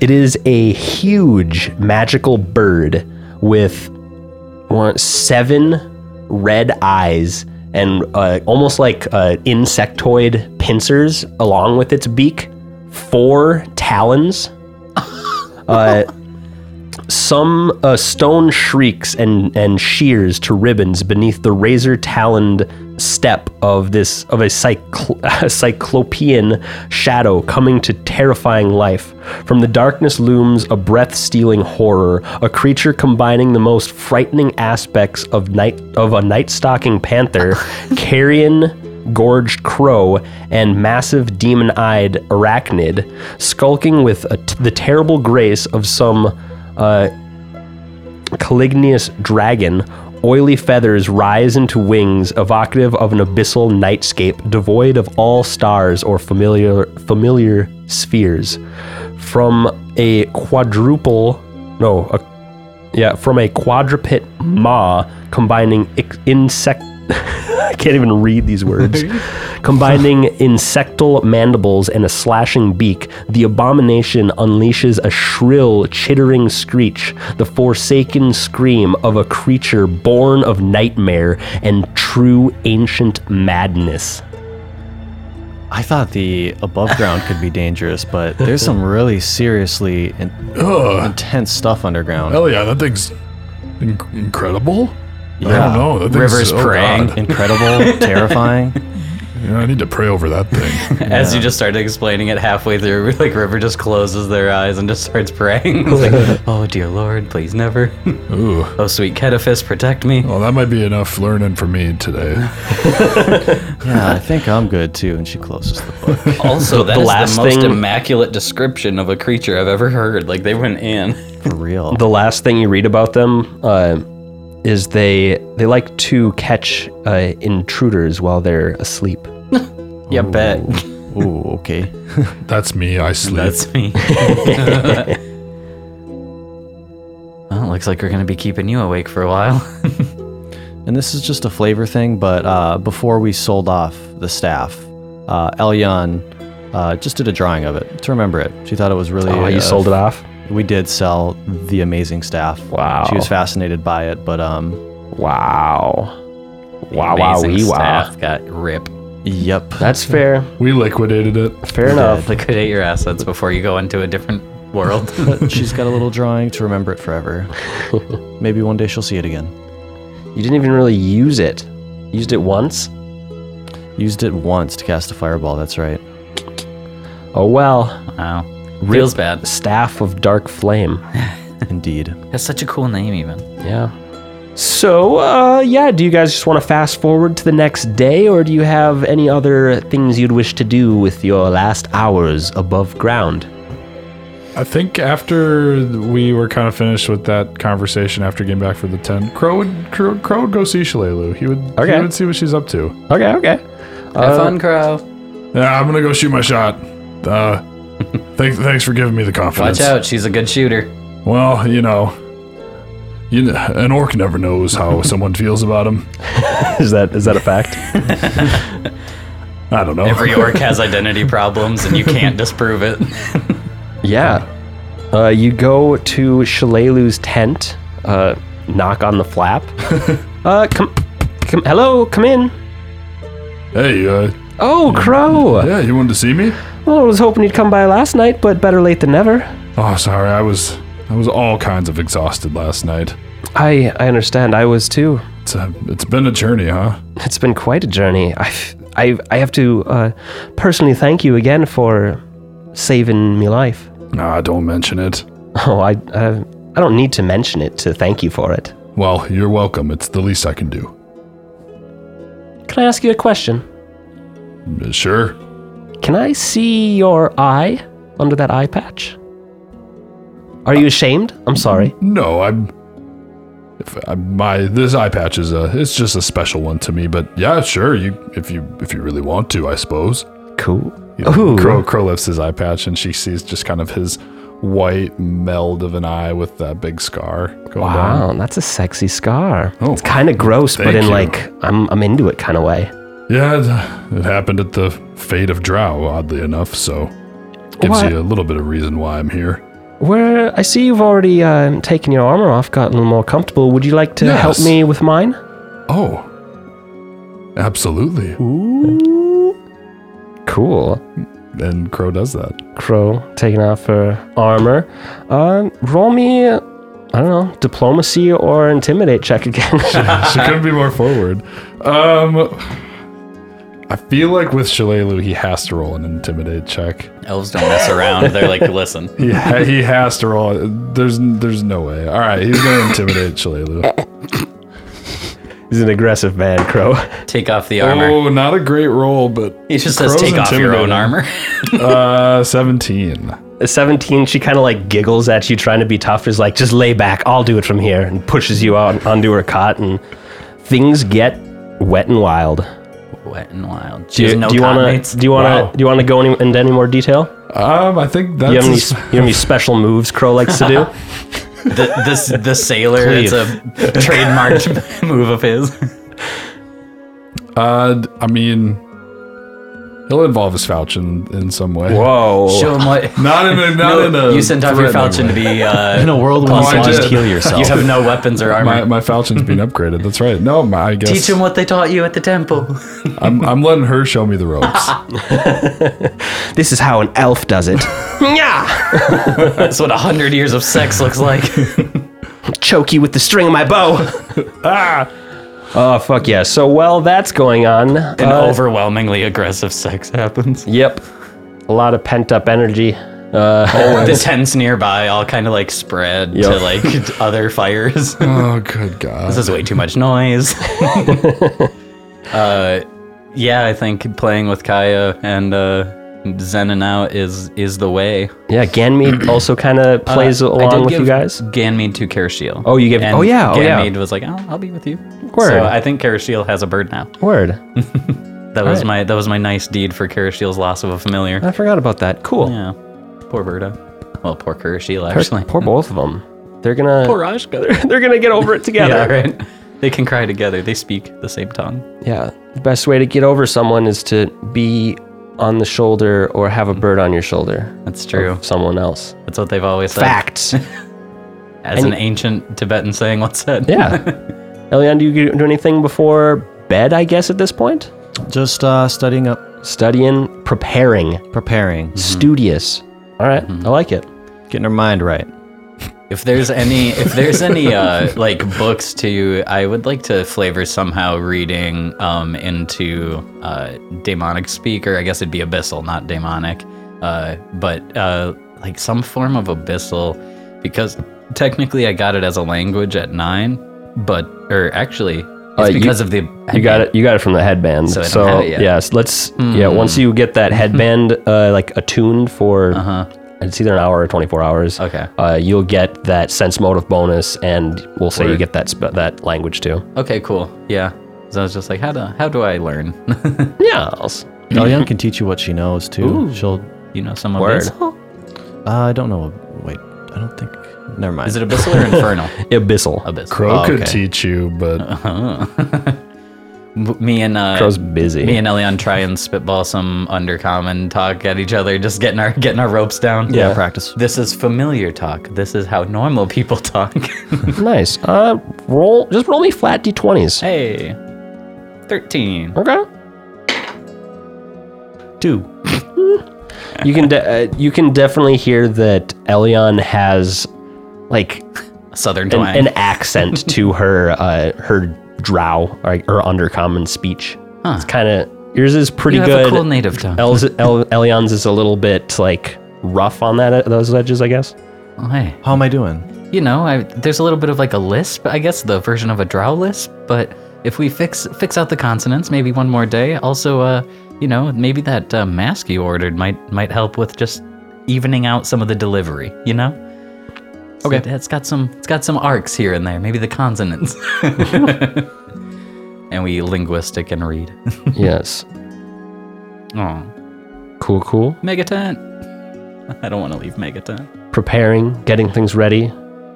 S1: It is a huge magical bird with one, seven red eyes and uh, almost like uh, insectoid pincers along with its beak, four talons. uh, some uh, stone shrieks and, and shears to ribbons beneath the razor taloned step of this of a cycl- cyclopean shadow coming to terrifying life. From the darkness looms a breath stealing horror, a creature combining the most frightening aspects of night of a night stalking panther, carrion gorged crow and massive demon eyed arachnid, skulking with a t- the terrible grace of some uh, Calignius dragon. Oily feathers rise into wings evocative of an abyssal nightscape devoid of all stars or familiar familiar spheres. From a quadruple, no, a yeah, from a quadruped maw combining ex- insect. I can't even read these words. combining insectal mandibles and a slashing beak, the abomination unleashes a shrill, chittering screech, the forsaken scream of a creature born of nightmare and true ancient madness.
S4: I thought the above ground could be dangerous, but there's some really seriously in-
S2: Ugh.
S4: intense stuff underground.
S2: Hell yeah, that thing's in- incredible. I
S4: Yeah.
S2: don't know. That thing's,
S3: River's
S2: oh,
S3: praying.
S2: God.
S4: incredible, terrifying.
S2: You know, I need to pray over that thing.
S3: As you just started explaining it halfway through, like River just closes their eyes and just starts praying. It's like, oh dear Lord, please never.
S2: Ooh.
S3: Oh sweet Kedifis, protect me.
S2: Well, that might be enough learning for me today.
S4: Yeah, I think I'm good too. And she closes the book.
S3: Also, that is the,
S1: last
S3: most
S1: thing-
S3: immaculate description of a creature I've ever heard. Like they went in.
S4: For real.
S1: The last thing you read about them uh, is they they like to catch uh, intruders while they're asleep.
S3: Yeah, bet.
S4: Ooh, okay.
S2: That's me. I sleep.
S3: That's me. well, looks like we're gonna be keeping you awake for a while.
S4: And this is just a flavor thing, but uh, before we sold off the staff, uh, Elyon uh, just did a drawing of it to remember it. She thought it was really.
S1: Oh, you
S4: uh,
S1: sold it off?
S4: We did sell the amazing staff.
S1: Wow.
S4: She was fascinated by it, but um,
S1: Wow. Wow, wow,
S3: Amazing
S1: wee, wow.
S3: staff Got rip.
S4: yep.
S1: That's fair.
S2: We liquidated it.
S1: Fair enough.
S3: Liquidate your assets before you go into a different world.
S4: But she's got a little drawing to remember it forever. Maybe one day she'll see it again.
S1: You didn't even really use it. Used it once?
S4: Used it once to cast a fireball. That's right.
S1: Oh well.
S3: wow. Feels bad.
S1: Staff of Dark Flame.
S4: Indeed.
S3: That's such a cool name, even.
S1: Yeah. So, uh, yeah, do you guys just want to fast forward to the next day, or do you have any other things you'd wish to do with your last hours above ground?
S2: I think after we were kind of finished with that conversation after getting back for the tent, Crow would Crow, Crow would go see Shalelu. He would
S1: Okay.
S2: he would see what she's up to.
S1: Okay, okay.
S3: Have fun, Crow.
S2: Yeah, I'm gonna go shoot my shot. Uh, thanks thanks for giving me the confidence.
S3: Watch out, she's a good shooter.
S2: Well, you know, you know, an orc never knows how someone feels about him.
S1: Is that is that a fact?
S2: I don't know.
S3: Every orc has identity problems, and you can't disprove it.
S1: Yeah. Uh, you go to Shalalu's tent, uh, knock on the flap. uh, come, come, hello, come in.
S2: hey, uh,
S1: Oh, Crow!
S2: yeah, you wanted to see me?
S1: Well, I was hoping you'd come by last night, but better late than never.
S2: Oh, sorry, I was I was all kinds of exhausted last night.
S1: I, I understand. I was too.
S2: It's a, it's been a journey, huh?
S1: It's been quite a journey. I, I, I have to uh, personally thank you again for saving me life.
S2: Nah, don't mention it.
S1: Oh, I, I, I don't need to mention it to thank you for it.
S2: Well, you're welcome. It's the least I can do.
S1: Can I ask you a question?
S2: Uh, Sure.
S1: Can I see your eye under that eye patch? Are you ashamed? I'm sorry.
S2: No, I'm. If I, my this eye patch is a it's just a special one to me, but yeah, sure. You if you if you really want to, I suppose.
S1: Cool.
S2: You know,
S1: Ooh.
S2: Crow, Crow lifts his eye patch and she sees just kind of his white meld of an eye with that big scar going
S1: Wow,
S2: down.
S1: that's a sexy scar.
S2: Oh,
S1: it's kind of gross, but
S2: thank
S1: in
S2: you.
S1: like I'm I'm into it kind of way.
S2: Yeah, it- it happened at the fate of Drow, oddly enough, so gives
S1: What?
S2: you a little bit of reason why I'm here.
S1: Where I see you've already um, taken your armor off, got a little more comfortable. Would you like to help
S2: Yes.
S1: me with mine?
S2: Oh. Absolutely.
S1: Cool.
S2: And Crow does that.
S1: Crow taking off her armor. Um, roll me, I don't know, diplomacy or intimidate check again.
S2: she couldn't be more forward. Um, I feel like with Shalelu, he has to roll an intimidate check.
S3: Elves don't mess around. They're like, listen.
S2: Yeah, he has to roll. it. There's there's no way. All right, he's gonna intimidate Shalelu.
S1: He's an aggressive man, Crow.
S3: Take off the armor.
S2: Oh, not a great roll, but
S3: he just says,
S2: Crow's
S3: take off your own
S2: intimidating.
S3: armor.
S2: uh, seventeen.
S1: 17, she kind of like giggles at you, trying to be tough. Is like, just lay back, I'll do it from here, and pushes you out onto her cot. And things get wet and wild.
S3: Wet and wild. She
S1: Do
S3: has
S1: you,
S3: no
S1: do you wanna?
S3: cognates.
S1: Do you wanna?
S2: Wow.
S1: Do you wanna go any, into any more detail?
S2: Um, I think
S1: Do you, have
S2: that's
S1: any,
S2: as-
S1: s- you have any special moves Crow likes to do?
S3: the, this, the sailor,
S1: Cleave.
S3: it's a trademarked move of his.
S2: uh, d- I mean, he'll involve his falchion in some way.
S1: Whoa!
S3: Show him what.
S2: Not in a not in a
S3: you sent off your
S2: threatening
S3: falchion
S2: way.
S3: to be. Uh,
S4: In a world where
S2: Oh, I
S4: you just
S2: did.
S4: heal yourself.
S3: you have no weapons or armor.
S2: My, my falchion's been upgraded. That's right. No, my, I guess
S3: Teach him what they taught you at the temple.
S2: I'm, I'm letting her show me the ropes.
S1: This is how an elf does it. yeah!
S3: That's what a hundred years of sex looks like.
S1: Choke you with the string of my bow.
S2: ah!
S1: Oh fuck yeah! So while that's going on,
S3: And
S1: uh,
S3: overwhelmingly aggressive sex happens.
S1: Yep, a lot of pent up energy.
S3: The tents nearby all kind of like spread
S1: Yep.
S3: to like d- other fires.
S2: Oh, good God.
S3: this is way too much noise. uh, yeah, I think playing with Kaya and uh, Zenin out is is the way.
S1: Yeah, Ganmead also kind of plays
S3: Uh, I did
S1: along with
S3: give
S1: you guys.
S3: Ganmead to Karashiel.
S1: Oh, you gave-
S3: And
S1: oh, yeah, oh, yeah.
S3: Ganmead was like, oh, I'll be with you.
S1: Word.
S3: So I think Karashiel has a bird now.
S1: Word.
S3: That was
S1: right.
S3: my that was my nice deed for Karashiel's loss of a familiar.
S1: I forgot about that. Cool.
S3: Yeah, poor Berta. Well, poor Karashiel
S1: Poor-
S3: actually.
S1: Poor both of them. They're gonna
S3: poor Ashka.
S1: they're gonna get over it together.
S3: Yeah, right. They can cry together. They speak the same tongue.
S1: Yeah. The best way to get over someone is to be on the shoulder or have a bird on your shoulder.
S3: That's true.
S1: of Someone else.
S3: That's what they've always said.
S1: Facts.
S3: As an ancient Tibetan saying once said.
S1: yeah. Elian, do you do anything before bed? I guess at this point,
S4: Just uh, studying up,
S1: studying, preparing,
S4: Mm-hmm. preparing,
S1: Hmm. studious. All right. I like it.
S4: getting her mind right.
S3: If there's any, if there's any uh, like books to, I would like to flavor somehow reading um, into uh, demonic speak, or I guess it'd be abyssal, not demonic. Uh, but uh, like some form of abyssal because technically I got it as a language at nine, but or actually it's
S1: Uh, you-
S3: because of the
S1: You got it. You got it from the headband. So,
S3: So I don't have it yet.
S1: yes, let's. Yeah, once you get that headband, uh, like attuned for, it's either an hour or twenty four hours.
S3: Uh-huh. Okay.
S1: Uh, you'll get that sense motive bonus, and we'll say you
S3: Word.
S1: get that spe- that language too.
S3: Okay, cool. Yeah. So I was just like, how do how do I learn?
S1: Yeah.
S4: Elian can teach you what she knows too. She'll.
S3: you know, some
S1: Word.
S3: abyssal.
S4: Uh, I don't know. Wait, I don't think. Never mind.
S3: Is it abyssal or infernal?
S1: Abyssal.
S3: Abyssal.
S2: Crow
S4: Oh,
S2: could
S4: okay.
S2: teach you, but
S3: Uh. M- me and uh,
S1: Crow's busy.
S3: me and Elion try and spitball some undercommon talk at each other, just getting our getting our ropes down.
S4: yeah, practice.
S3: This is familiar talk. This is how normal people talk.
S1: nice. Uh, roll. Just roll me flat d twenties.
S3: hey, thirteen.
S1: Okay.
S3: Two.
S1: You can de- uh, you can definitely hear that Elion has like
S3: Southern twang.
S1: an, an accent to her uh, her drow or her undercommon speech. It's kind of yours is pretty
S3: you have
S1: good.
S3: a cool native tongue.
S1: El's, El, Elion's is a little bit like rough on that uh, those edges, I guess.
S3: Oh, hey,
S4: How am I doing?
S3: you know, I, there's a little bit of like a lisp. I guess the version of a drow lisp. But if we fix fix out the consonants, maybe one more day. Also, uh, you know, maybe that uh, mask you ordered might might help with just evening out some of the delivery. You know. So
S1: Okay.
S3: it's got some it's got some arcs here and there. Maybe the consonants. and we linguistic and read.
S1: yes.
S3: Oh,
S1: Cool, cool.
S3: megatent. I don't want to leave megatent.
S1: Preparing, getting things ready,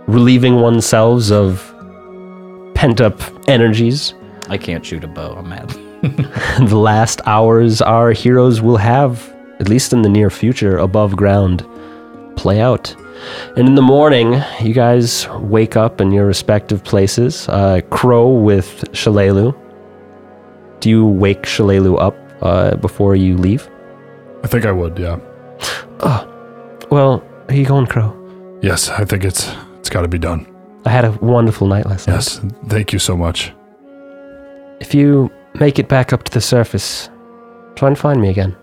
S1: relieving oneself of pent up energies.
S3: I can't shoot a bow. I'm mad.
S1: the last hours our heroes will have, at least in the near future, above ground, play out. And in the morning, you guys wake up in your respective places. Uh, Crow with Shalelu. Do you wake Shalelu up uh, before you leave?
S2: I think I would. Yeah.
S1: Well, are you going, Crow?
S2: Yes, I think it's it's got to be done.
S1: I had a wonderful night last night.
S2: Yes, thank you so much.
S1: If you make it back up to the surface, try and find me again.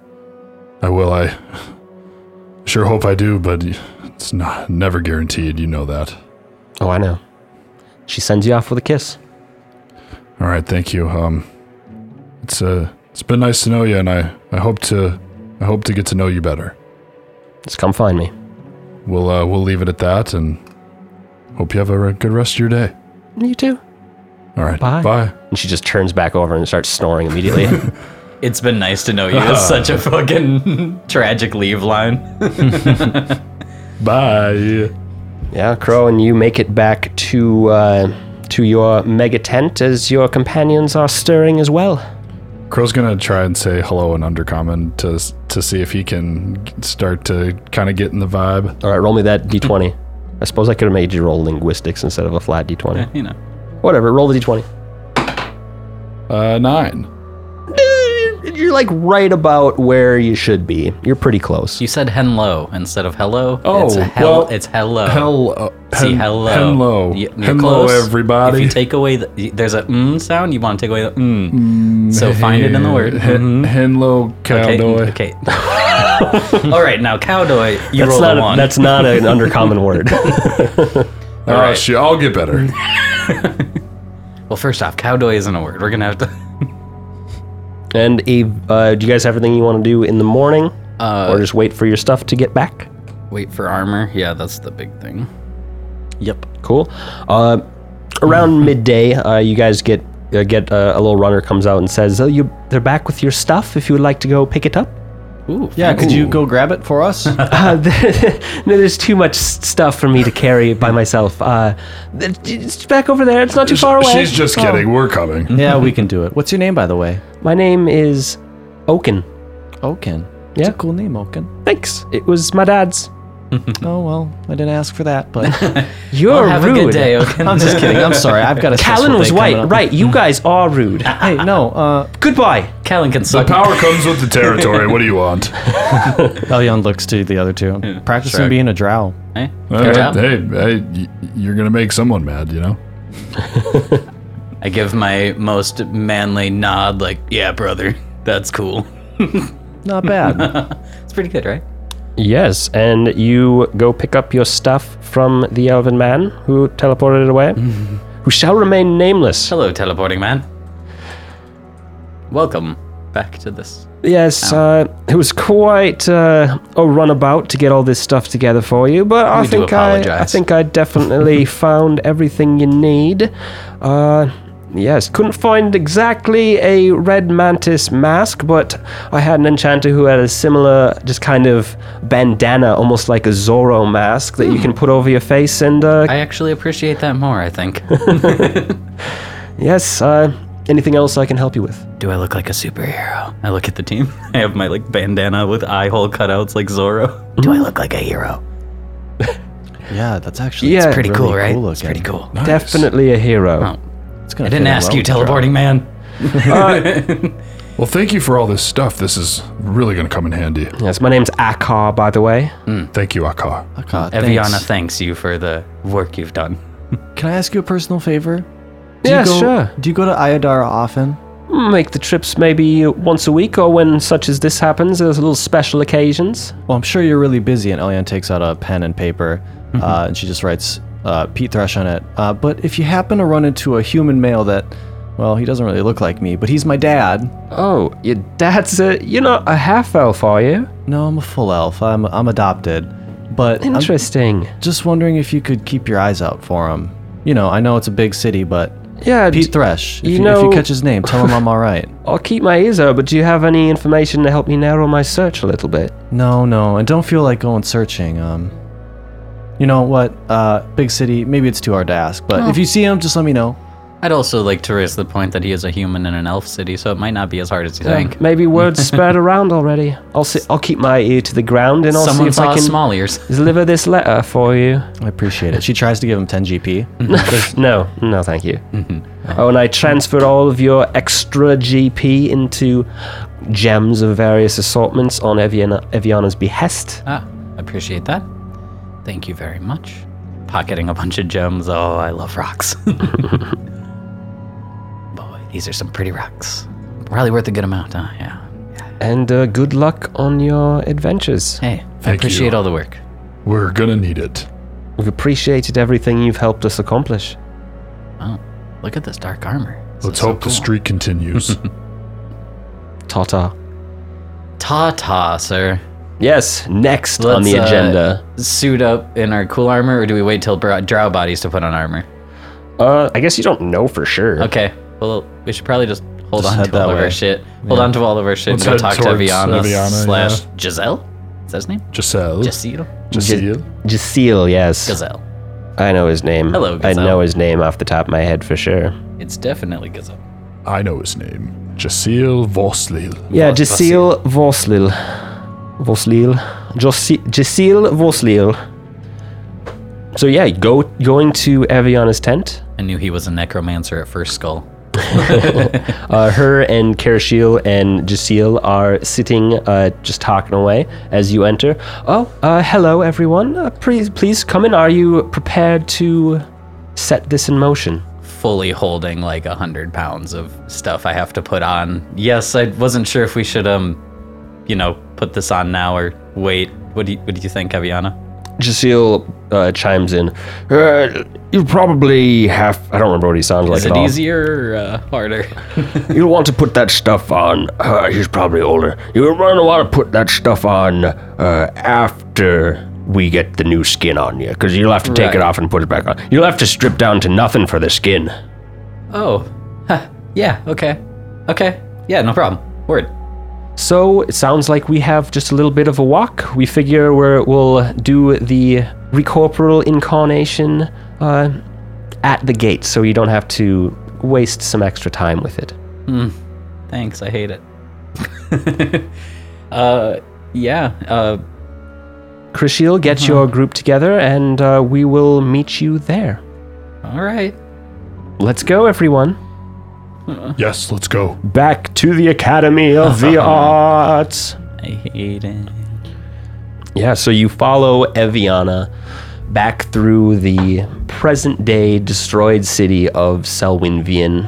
S2: I will. I sure hope I do, but it's not never guaranteed. You know that.
S1: Oh, I know. She sends you off with a kiss.
S2: All right, thank you. Um, it's uh, it's been nice to know you, and I I hope to I hope to get to know you better.
S1: Just come find me.
S2: We'll uh, we'll leave it at that, and hope you have a re- good rest of your day.
S1: You too.
S2: All right,
S1: Bye.
S2: Bye.
S1: And she just turns back over and starts snoring immediately.
S3: It's been nice to know you. It's such a fucking tragic leave line.
S2: Bye.
S1: yeah, Crow, and you make it back to uh, to your mega tent as your companions are stirring as well.
S2: Crow's gonna try and say hello in undercommon to s- to see if he can start to kind of get in the vibe.
S1: All right, roll me that d20. I suppose I could have made you roll linguistics instead of a flat d20.
S3: You know.
S1: Whatever, roll the d20.
S2: Uh, nine.
S1: You're like right about where you should be. You're pretty close.
S3: You said henlo instead of hello.
S2: Oh,
S3: it's hell.
S2: well,
S3: it's hello.
S2: Hello.
S3: See, hello.
S2: Hello.
S3: Y- you're
S2: hello,
S3: close. If
S2: everybody.
S3: you take away the, there's a mm sound, you want to take away the mm. So find it in the word. Mm-hmm.
S2: Hen- Henlo
S3: Okay.
S2: Cowdoy.
S3: okay. All right, now cowdoy, you
S1: That's
S3: roll
S1: not,
S3: a one.
S1: a, that's not an undercommon word.
S2: Oh,
S3: right.
S2: shit, I'll get better.
S3: Well, first off, cowdoy isn't a word. We're gonna have to.
S1: And a, uh, do you guys have everything you want to do in the morning,
S3: Uh,
S1: or just wait for your stuff to get back?
S3: Wait for armor. Yeah, that's the big thing.
S1: Yep. Cool. Uh, around midday, uh, you guys get uh, get uh, a little runner comes out and says, "Oh, you they're back with your stuff. If you would like to go pick it up."
S3: Ooh,
S4: Yeah, could you go grab it for us?
S1: Uh, no, there's too much s- stuff for me to carry by myself. Uh, it's back over there. It's not too far away.
S2: She's just
S1: Oh.
S2: kidding. We're
S3: Mm-hmm.
S2: coming.
S4: yeah, we can do it. What's your name, by the way?
S1: My name is Oaken.
S4: Oaken. It's
S1: Yeah.
S4: a cool name, Oaken.
S1: Thanks. It was my dad's.
S4: Oh well, I didn't ask for that, but
S1: You're
S3: have
S1: Oh, rude.
S3: a good day. Okay.
S4: I'm just kidding. I'm sorry. I've got a. stressful
S1: Callan was
S4: day
S1: white,
S4: coming up.
S1: right?
S2: Mm.
S1: You guys are rude.
S4: Hey, no. Uh,
S1: Goodbye.
S3: Callan can
S2: The
S3: suck.
S2: power comes with the territory. What do you want?
S4: Elion looks to the other two. Practicing
S3: sure.
S4: being a drow.
S3: Eh?
S2: All
S3: Fair
S2: right,
S3: job.
S2: hey, hey, y- you're gonna make someone mad, you know.
S3: I give my most manly nod, like, yeah, brother, that's cool.
S4: Not bad.
S3: It's pretty good, right?
S1: Yes, and you go pick up your stuff from the elven man who teleported away,
S3: Mm-hmm.
S1: who shall remain nameless.
S3: Hello, teleporting man. Welcome back to this. Oh.
S1: Yes, uh, it was quite uh, a runabout to get all this stuff together for you, but I
S3: We do
S1: think I, I
S3: apologize.
S1: think I definitely found everything you need. Uh, yes, couldn't find exactly a red mantis mask, but I had an enchanter who had a similar, just kind of bandana, almost like a Zorro mask that you
S3: Hmm.
S1: can put over your face. And uh,
S3: I actually appreciate that more, I think.
S1: yes, uh, anything else I can help you with?
S3: Do I look like a superhero? I look at the team. I have my like bandana with eye hole cutouts like Zorro. Do I look like a hero?
S4: Yeah, that's actually
S1: Yeah.
S4: it's
S3: Pretty
S4: really
S3: cool, right? It's
S4: looking.
S3: pretty cool.
S1: Definitely a hero.
S3: Oh,
S4: It's gonna
S3: I didn't
S4: fit in
S3: ask
S4: well
S3: you,
S4: with your
S3: teleporting man.
S2: Well, thank you for all this stuff. This is really going to come in handy.
S1: Yes, my name's Akar, by the way.
S2: Thank you, Akar.
S4: outfit.
S3: Eviana
S4: Ah, Thanks.
S3: thanks you for the work you've done.
S4: Can I ask you a personal favor? Do you
S1: Yeah,
S4: go-
S1: sure.
S4: Do you go to Iodara often?
S1: Make the trips maybe once a week or when such as this happens, there's little special occasions.
S4: Well, I'm sure you're really busy. And Elian takes out a pen and paper,
S1: Mm-hmm.
S4: uh, and she just writes uh, Pete Thresh on it. Uh, but if you happen to run into a human male that, well, he doesn't really look like me, but he's my dad.
S1: Oh, your dad's a. You're not a half elf, are you?
S4: No, I'm a full elf. I'm I'm adopted, but I'm
S1: Interesting.
S4: just wondering if you could keep your eyes out for him. You know, I know it's a big city, but
S1: yeah,
S4: Pete
S1: d-
S4: Thresh. If
S1: you
S4: you, if
S1: know-
S4: you catch his name, tell him I'm all right.
S1: I'll keep my ears out, but do you have any information to help me narrow my search a little bit?
S4: No, no, and don't feel like going searching. Um, you know what? Uh, big city. Maybe it's too hard to ask, but if you see him, just let me know.
S3: I'd also like to raise the point that he is a human in an elf city, so it might not be as hard as you think.
S1: Maybe words spread around already. I'll see, I'll keep my ear to the ground and I'll
S3: Someone
S1: see if
S3: saw
S1: I can
S3: small ears.
S1: deliver this letter for you.
S4: I appreciate it. She tries to give him 10 GP.
S1: There's- no, no, thank you.
S3: Mm-hmm.
S1: Oh, and I transfer all of your extra GP into gems of various assortments on Eviana, Eviana's behest.
S3: Ah, appreciate that. Thank you very much. Pocketing a bunch of gems. Oh, I love rocks. Boy, these are some pretty rocks. Probably worth a good amount, huh? Yeah.
S1: And uh, good luck on your adventures.
S3: Hey, I
S2: Thank
S3: appreciate
S2: you.
S3: all the work.
S2: We're going to need it.
S1: We've appreciated everything you've helped us accomplish.
S3: Wow, look at this dark armor. This
S2: Let's
S3: is so
S2: hope the
S3: cool.
S2: streak continues.
S1: Tata.
S3: Ta ta, sir.
S1: Yes, next on
S3: Let's,
S1: the
S3: uh,
S1: agenda.
S3: Suit up in our cool armor, or do we wait till bro- drow bodies to put on armor?
S1: Uh, I guess you don't know for sure.
S3: Okay. Well, we should probably just hold
S4: Just
S3: on
S4: head
S3: to all
S4: that
S3: of
S4: way.
S3: our shit. Hold on to all of our shit
S2: Let's
S3: and go
S2: head
S3: talk to
S2: towards
S3: Aviana,
S2: Aviana,
S3: slash Giselle. Is that his name?
S2: Giselle.
S3: Giselle.
S2: Giselle.
S1: Jaceel, yes.
S3: Gazelle.
S1: I know his name.
S3: Hello,
S1: I
S3: Gazelle.
S1: know his name off the top of my head for sure.
S3: It's definitely Gazelle.
S2: I know his name. Giselle Voslil.
S1: Yeah,
S3: Vos-
S1: Jaceel Voslil. Voslil. Josi- Jaceel Voslil. So yeah, go going to Aviana's tent.
S3: I knew he was a necromancer at first skull.
S1: Uh, her and Kerashiel and Jaceel are sitting, uh, just talking away as you enter. Oh, uh, hello everyone. Uh, please, please come in. Are you prepared to set this in motion?
S3: Fully holding like a hundred pounds of stuff I have to put on. Yes, I wasn't sure if we should um you know, put this on now or wait. What do you what do you think, Aviana?
S1: Jaceel uh, chimes in. Uh, you probably have. I don't remember what he sounds like
S3: Is
S1: at
S3: it
S1: all.
S3: easier or uh, harder?
S1: You'll want to put that stuff on. Uh, he's probably older. You'll want to put that stuff on uh, after we get the new skin on you, because you'll have to take it
S3: Right.
S1: off and put it back on. You'll have to strip down to nothing for the skin.
S3: oh. Huh. Yeah, okay. Okay. Yeah, no problem. Word.
S1: So it sounds like we have just a little bit of a walk. We figure we're, we'll do the recorporal incarnation uh, at the gate, so you don't have to waste some extra time with it.
S3: Thanks, I hate it. uh yeah, uh
S1: Krishil, get your group together, and uh, we will meet you there.
S3: all right.
S1: Let's go, everyone.
S2: Yes, let's go.
S1: Back to the Academy of the Arts.
S3: I hate it.
S1: Yeah, so you follow Eviana back through the present day destroyed city of Selwynvian.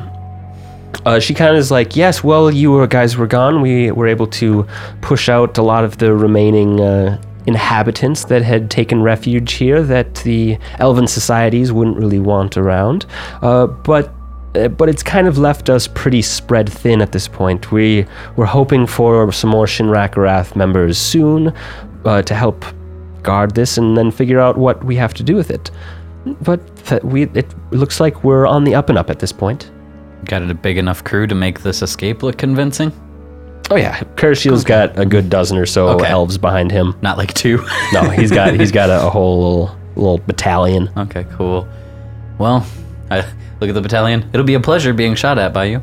S1: Uh, she kind of is like, Yes, well, you were- guys were gone. We were able to push out a lot of the remaining uh, inhabitants that had taken refuge here that the elven societies wouldn't really want around. Uh, but uh, but it's kind of left us pretty spread thin at this point. We we're hoping for some more Shinrak Wrath members soon uh, to help guard this and then figure out what we have to do with it. But th- we it looks like we're on the up and up at this point.
S3: Got a big enough crew to make this escape look convincing?
S1: Oh yeah, Kershield's got a good dozen or so
S3: Okay.
S1: elves behind him.
S3: Not like two.
S1: No, he's got he's got a, a whole little, little battalion.
S3: okay, cool. Well, I, look at the battalion. It'll be a pleasure being shot at by you.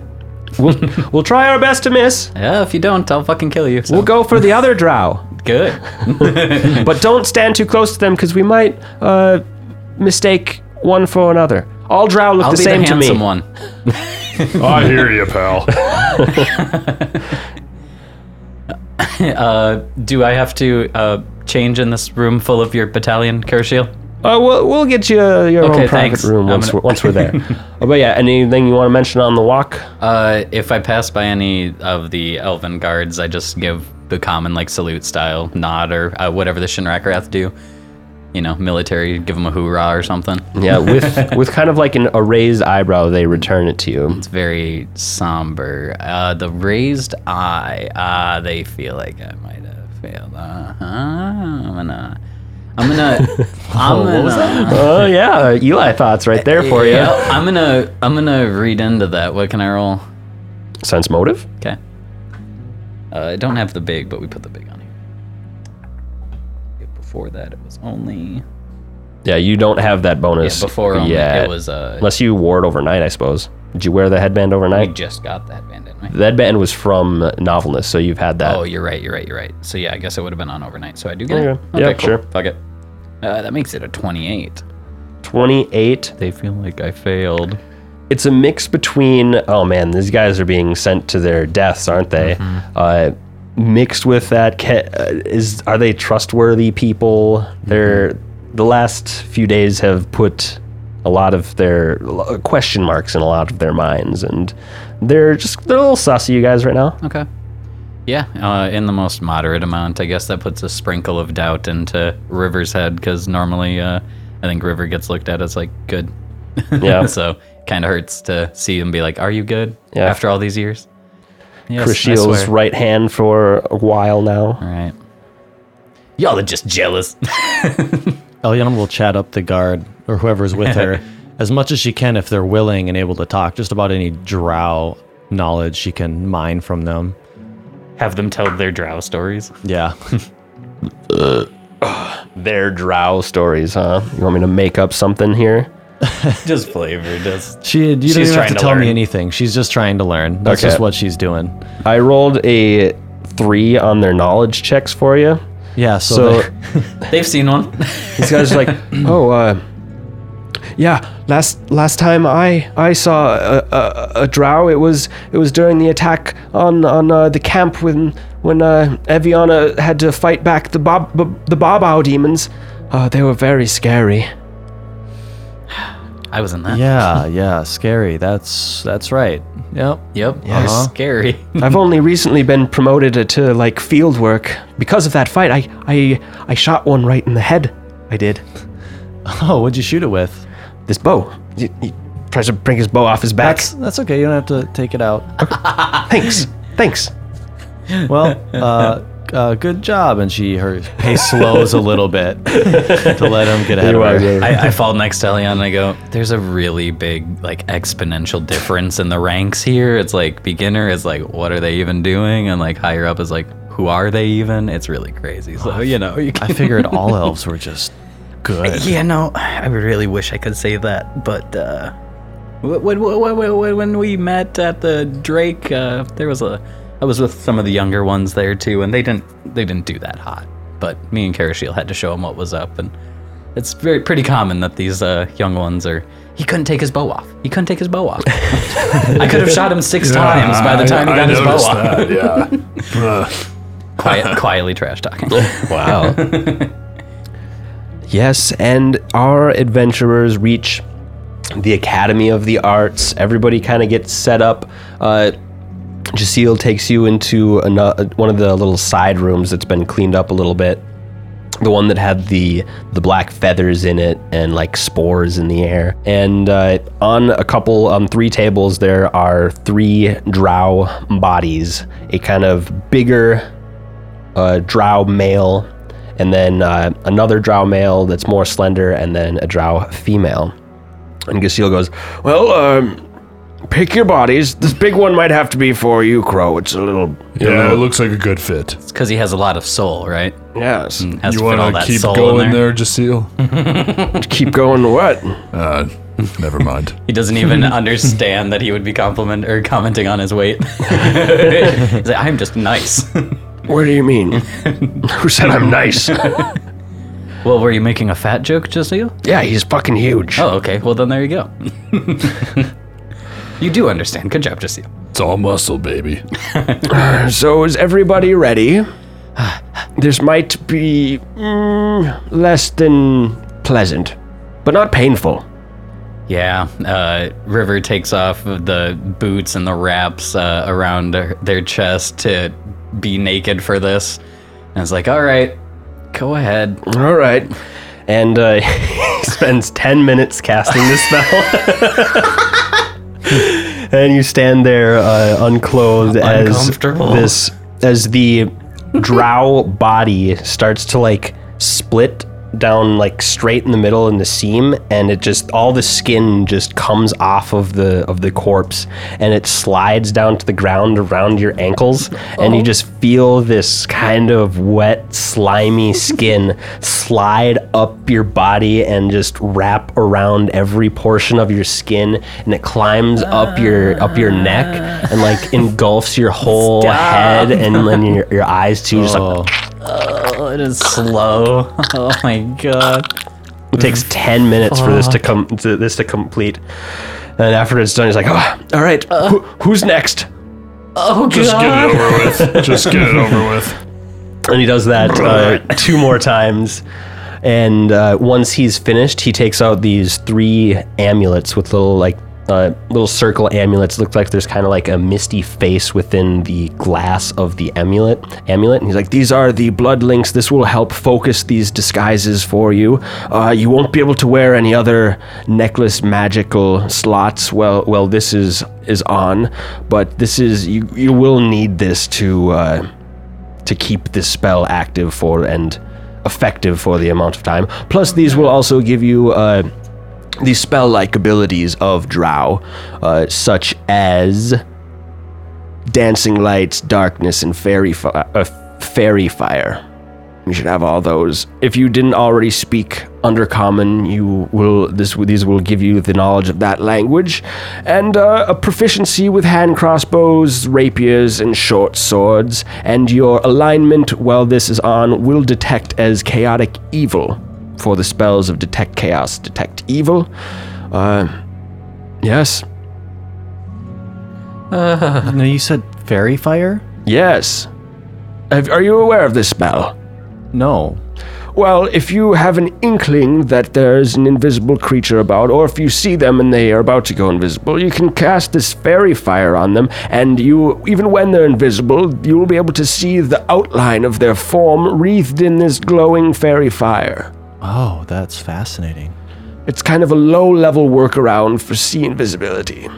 S1: We'll we'll try our best to miss.
S3: Yeah, if you don't, I'll fucking kill you. So.
S1: We'll go for the other drow,
S3: Good.
S1: but don't stand too close to them because we might uh, mistake one for another. All drow look
S3: I'll
S1: the
S3: be
S1: same
S3: the
S1: to me.
S3: handsome one.
S2: I hear you, pal.
S3: Uh, do I have to uh, change in this room full of your battalion, Kershil?
S1: Uh, we'll, we'll get you uh, your
S3: Okay,
S1: own private
S3: thanks.
S1: room
S3: I'm
S1: once,
S3: gonna-
S1: we're, once we're there. Uh, but yeah, anything you want to mention on the walk?
S3: Uh, if I pass by any of the elven guards, I just give the common like salute style nod or uh, whatever the Shinrakrath do. You know, military, give them a hoorah or something.
S1: Yeah, with with kind of like an, a raised eyebrow, they return it to you.
S3: It's very somber. Uh, the raised eye. Ah, they feel like I might have failed. Uh, huh. I'm gonna. I'm gonna. I'm gonna
S1: Oh yeah, Eli thoughts right there for you.
S3: Yeah, I'm gonna. I'm gonna read into that. What can I roll?
S1: Sense motive.
S3: Okay. Uh, I don't have the big, but we put the big on here. Before that, it was only.
S1: Yeah, you don't have that
S3: Yeah,
S1: bonus.
S3: before only,
S1: yet.
S3: it was. Uh,
S1: Unless you wore it overnight, I suppose. Did you wear the headband
S3: we
S1: overnight?
S3: just got that band, didn't we?
S1: The headband was from Novelness, so you've had that.
S3: Oh, you're right. You're right. You're right. So yeah, I guess it would have been on overnight. So I do get
S1: Okay.
S3: it.
S1: Yeah, sure.
S3: Fuck it. Uh, that makes it a 28.
S1: 28.
S3: They feel like I failed.
S1: It's a mix between, oh man, these guys are being sent to their deaths, aren't they?
S3: Mm-hmm.
S1: Uh, mixed with that, ca- uh, is are they trustworthy people? They're
S3: Mm-hmm.
S1: the last few days have put a lot of their l- question marks in a lot of their minds, and they're just they're a little sussy, you guys, right now.
S3: Okay. Yeah, uh, in the most moderate amount, I guess that puts a sprinkle of doubt into River's head because normally, uh, I think River gets looked at as like good.
S1: Yeah.
S3: so kind of hurts to see him be like, "Are you good?"
S1: Yeah.
S3: After all these years. Yes, I
S1: Krashiel's
S3: swear.
S1: right hand for a while now.
S3: All right. Y'all are just jealous.
S4: Eliana will chat up the guard or whoever's with her as much as she can if they're willing and able to talk, just about any drow knowledge she can mine from them.
S3: Have them tell their drow stories.
S4: Yeah.
S1: Their drow stories, huh? You want me to make up something here?
S3: just flavor. Just
S4: She, you
S3: She's
S4: don't even have
S3: trying
S4: to,
S3: to
S4: tell
S3: learn.
S4: me anything. She's just trying to learn. That's
S1: Okay.
S4: just what she's doing.
S1: I rolled a three on their knowledge checks for you.
S4: Yeah. So,
S1: So
S4: they're-
S3: they've seen one.
S1: these guys are like, oh, uh, yeah. Last last time I I saw a, a, a drow, it was it was during the attack on on uh, the camp when when uh, Eviana had to fight back the bob b- the bobao demons. Uh, they were very scary.
S3: I was in that.
S4: yeah, yeah, scary. That's that's right. Yep.
S3: Yep. They're
S4: Uh-huh.
S3: Scary.
S1: I've only recently been promoted to like field work because of that fight. I I I shot one right in the head. I did.
S4: Oh, what'd you shoot it with?
S1: This bow. He, he tries to bring his bow off his back.
S4: That's that's okay. You don't have to take it out.
S1: Thanks. Thanks.
S4: Well, uh, uh, good job. And she her pace slows a little bit to let him get ahead of her.
S3: I, I fall next to Elion and I go, there's a really big, like, exponential difference in the ranks here. It's like beginner is like, what are they even doing? And like higher up is like, who are they even? It's really crazy. So, you know, you
S4: I
S3: can.
S4: figured all elves were just good.
S3: Yeah, no, I really wish I could say that, but, uh, when, when, when we met at the Drake, uh, there was a, I was with some of the younger ones there too, and they didn't, they didn't do that hot. But me and Karashiel had to show them what was up, and it's very pretty common that these uh, young ones are. He couldn't take his bow off. He couldn't take his bow off. I could have shot him six times by the time he got his bow
S2: noticed
S3: off.
S2: that, yeah. Ugh.
S3: Quiet, quietly trash talking.
S1: Wow. yes, and our adventurers reach the Academy of the Arts. Everybody kind of gets set up. Uh, Jaceel takes you into ano- one of the little side rooms that's been cleaned up a little bit. the one that had the the black feathers in it and like spores in the air. And uh, on a couple, on three tables, there are three drow bodies. A kind of bigger uh, drow male, and then uh, another drow male that's more slender, and then a drow female. And Gasil goes, "Well, um, pick your bodies. This big one might have to be for you, Crow. It's a little,
S2: Yeah, it looks like a good fit.
S3: It's because he has a lot of soul, right?
S1: yes.
S3: Has
S2: you
S3: to fit all
S2: want to
S3: that
S2: keep
S3: soul
S2: going
S3: in there.
S2: there, Jaceel?
S1: Keep going. What?
S2: Uh, never mind.
S3: He doesn't even understand that he would be compliment or commenting on his weight. He's like, I'm just nice.
S1: What do you mean? Who said I'm nice?
S3: well, were you making a fat joke, just you?
S1: yeah, he's fucking huge.
S3: Oh, okay. Well, then there you go. you do understand. Good job, just you.
S2: It's all muscle, baby.
S1: So is everybody ready? This might be mm, less than pleasant, but not painful.
S3: Yeah, uh, River takes off the boots and the wraps uh, around her- their chest to be naked for this. And it's like, all right, go ahead.
S1: All right. And uh, he spends 10 minutes casting this spell. and you stand there uh, unclothed as
S3: Uncomfortable.
S1: this as the drow body starts to like split down like straight in the middle in the seam and it just all the skin just comes off of the of the corpse and it slides down to the ground around your ankles and you just feel this kind of wet slimy skin slide up your body and just wrap around every portion of your skin and it climbs up your up your neck and like engulfs your whole head and then your, your eyes too just like
S4: Oh,
S3: Oh, it is slow. Oh my god.
S1: It takes ten minutes for this to come to this to complete, and after it's done, he's like, "Oh, all right, who, who's next?"
S3: Oh
S2: Just
S3: god.
S2: get it over with. Just get it over with.
S1: And he does that uh, two more times. And uh, once he's finished, he takes out these three amulets with little like uh, little circle amulets. Looks like there's kind of like a misty face within the glass of the amulet. Amulet. And he's like, "These are the blood links. This will help focus these disguises for you. Uh, you won't be able to wear any other necklace magical slots. Well, well, this is is on, but this is you. You will need this to." Uh, to keep this spell active for and effective for the amount of time. Plus, these will also give you uh, the spell-like abilities of Drow, uh, such as dancing lights, darkness, and fairy fi- uh, fairy fire. You should have all those. If you didn't already speak Undercommon, you will. This these will give you the knowledge of that language, and uh, a proficiency with hand crossbows, rapiers, and short swords. And your alignment, while this is on, will detect as chaotic evil for the spells of detect chaos, detect evil. Uh, yes,
S4: no, you said fairy fire?
S1: yes. Have, are you aware of this spell?
S4: No.
S1: Well, if you have an inkling that there's an invisible creature about, or if you see them and they are about to go invisible, you can cast this fairy fire on them, and you, even when they're invisible, you will be able to see the outline of their form wreathed in this glowing fairy fire.
S4: Oh, that's fascinating.
S1: It's kind of a low level workaround for see invisibility.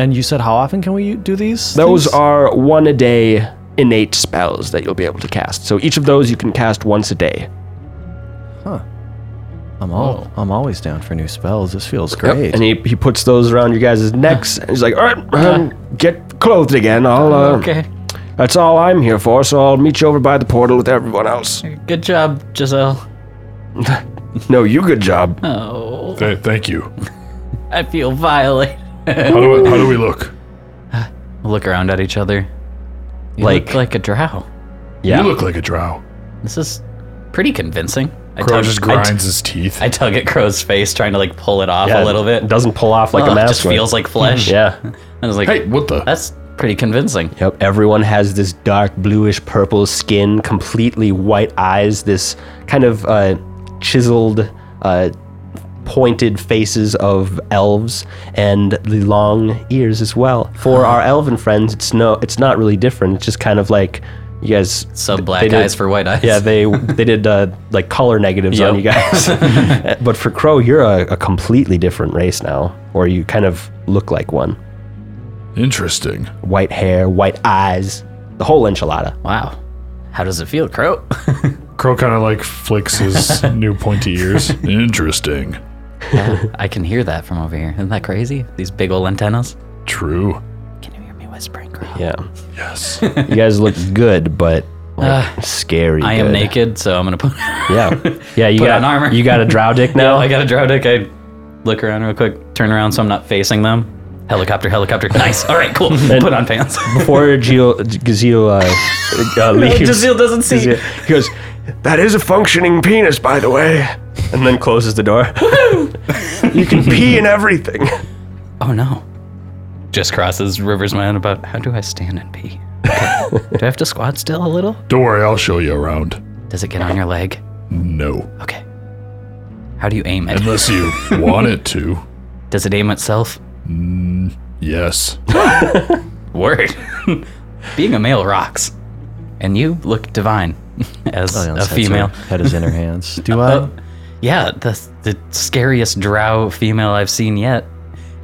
S4: And you said how often can we do these?
S1: Those
S4: things?
S1: are one a day innate spells that you'll be able to cast. So each of those you can cast once a day.
S4: I'm all.
S3: Oh.
S4: I'm always down for new spells. This feels great.
S1: And he, he puts those around your guys' necks. and he's like, all right, um, get clothed again. I'll, uh,
S3: Okay.
S1: That's all I'm here for, so I'll meet you over by the portal with everyone else.
S3: Good job, Giselle.
S1: No, you good job.
S3: Oh,
S2: Hey, thank you.
S3: I feel violated.
S2: How do, I, how do we look?
S3: Look around at each other. You
S1: Like-
S3: look like a drow.
S1: Yeah.
S2: You look like a drow.
S3: This is pretty convincing. I
S2: Crow
S3: tug-
S2: just
S3: I
S2: grinds his teeth.
S3: I tug at Crow's face, trying to like pull it off
S1: Yeah,
S3: a little bit.
S1: it Doesn't pull off like
S3: Ugh,
S1: a
S3: it
S1: mask.
S3: just
S1: would.
S3: feels like flesh.
S1: Yeah.
S3: I was like,
S2: hey, what the?
S3: that's pretty convincing.
S1: Yep. Everyone has this dark bluish purple skin, completely white eyes, this kind of uh, chiseled, uh, pointed faces of elves, and the long ears as well. For our elven friends, it's no, it's not really different. It's just kind of like You guys
S3: Sub
S1: they
S3: black
S1: did-
S3: eyes for white eyes.
S1: Yeah, they they did uh, like color negatives on
S3: Yep.
S1: you guys. but for Crow, you're a, a completely different race now, or you kind of look like one.
S2: Interesting.
S1: White hair, white eyes, the whole enchilada.
S3: Wow. How does it feel, Crow?
S2: Crow kind of like flicks his new pointy ears. Interesting.
S3: I can hear that from over here. Isn't that crazy? These big old antennas.
S2: True.
S3: Can you hear me whispering, Crow?
S1: Yeah,
S2: Yes.
S1: you guys look good, but like, scary.
S3: Uh, I am
S1: good.
S3: naked, so I'm gonna put. yeah,
S1: Yeah, yeah. You
S3: Put
S1: got
S3: on armor.
S1: You got a drow dick now.
S3: I got a drow deck. I look around real quick, turn around so I'm not facing them. Helicopter, helicopter. Nice. All right, cool. put on pants.
S1: before Gio, Gazil uh, uh, leaves.
S3: Gazil doesn't see.
S1: Gazil- he goes, "That is a functioning penis, by the way," and then closes the door. you can pee in everything.
S3: oh no. Just crosses River's mind about how do I stand and pee? Okay. do I have to squat still a little?
S2: Don't worry, I'll show you around.
S3: Does it get on your leg?
S2: No.
S3: Okay. How do you aim it?
S2: Unless you want it to.
S3: Does it aim itself?
S2: Yes.
S3: Word. Being a male rocks. And you look divine as
S4: Elion's
S3: a
S4: head's
S3: female.
S4: her- Head is in her hands. Do I?
S3: Uh, yeah, the, the scariest drow female I've seen yet.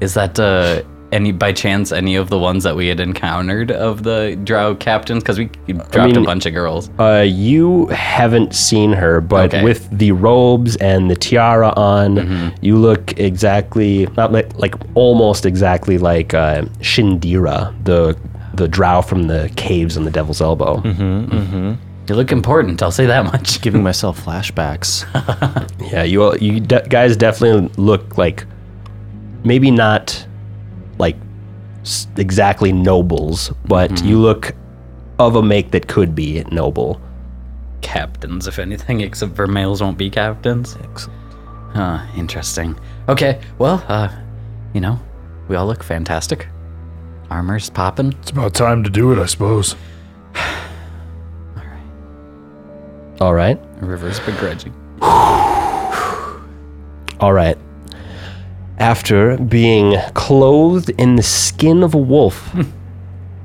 S3: Is that uh, any by chance any of the ones that we had encountered of the drow captains? Because we dropped
S1: mean-
S3: a bunch of girls.
S1: Uh, you haven't seen her, but
S3: Okay.
S1: with the robes and the tiara on, you look exactly not like like almost exactly like uh, Shindira, the the drow from the caves on the Devil's Elbow.
S3: You look important. I'll say that much.
S4: Giving myself flashbacks.
S1: Yeah, you all- you de- guys definitely look like maybe not like s- exactly nobles, but you look of a make that could be noble.
S3: captains, if anything, except for males won't be captains. Huh, interesting. Okay, well, uh, you know, we all look fantastic. Armor's popping.
S2: It's about time to do it, I suppose.
S1: All right.
S3: River's begrudging.
S1: All right. After being clothed in the skin of a wolf,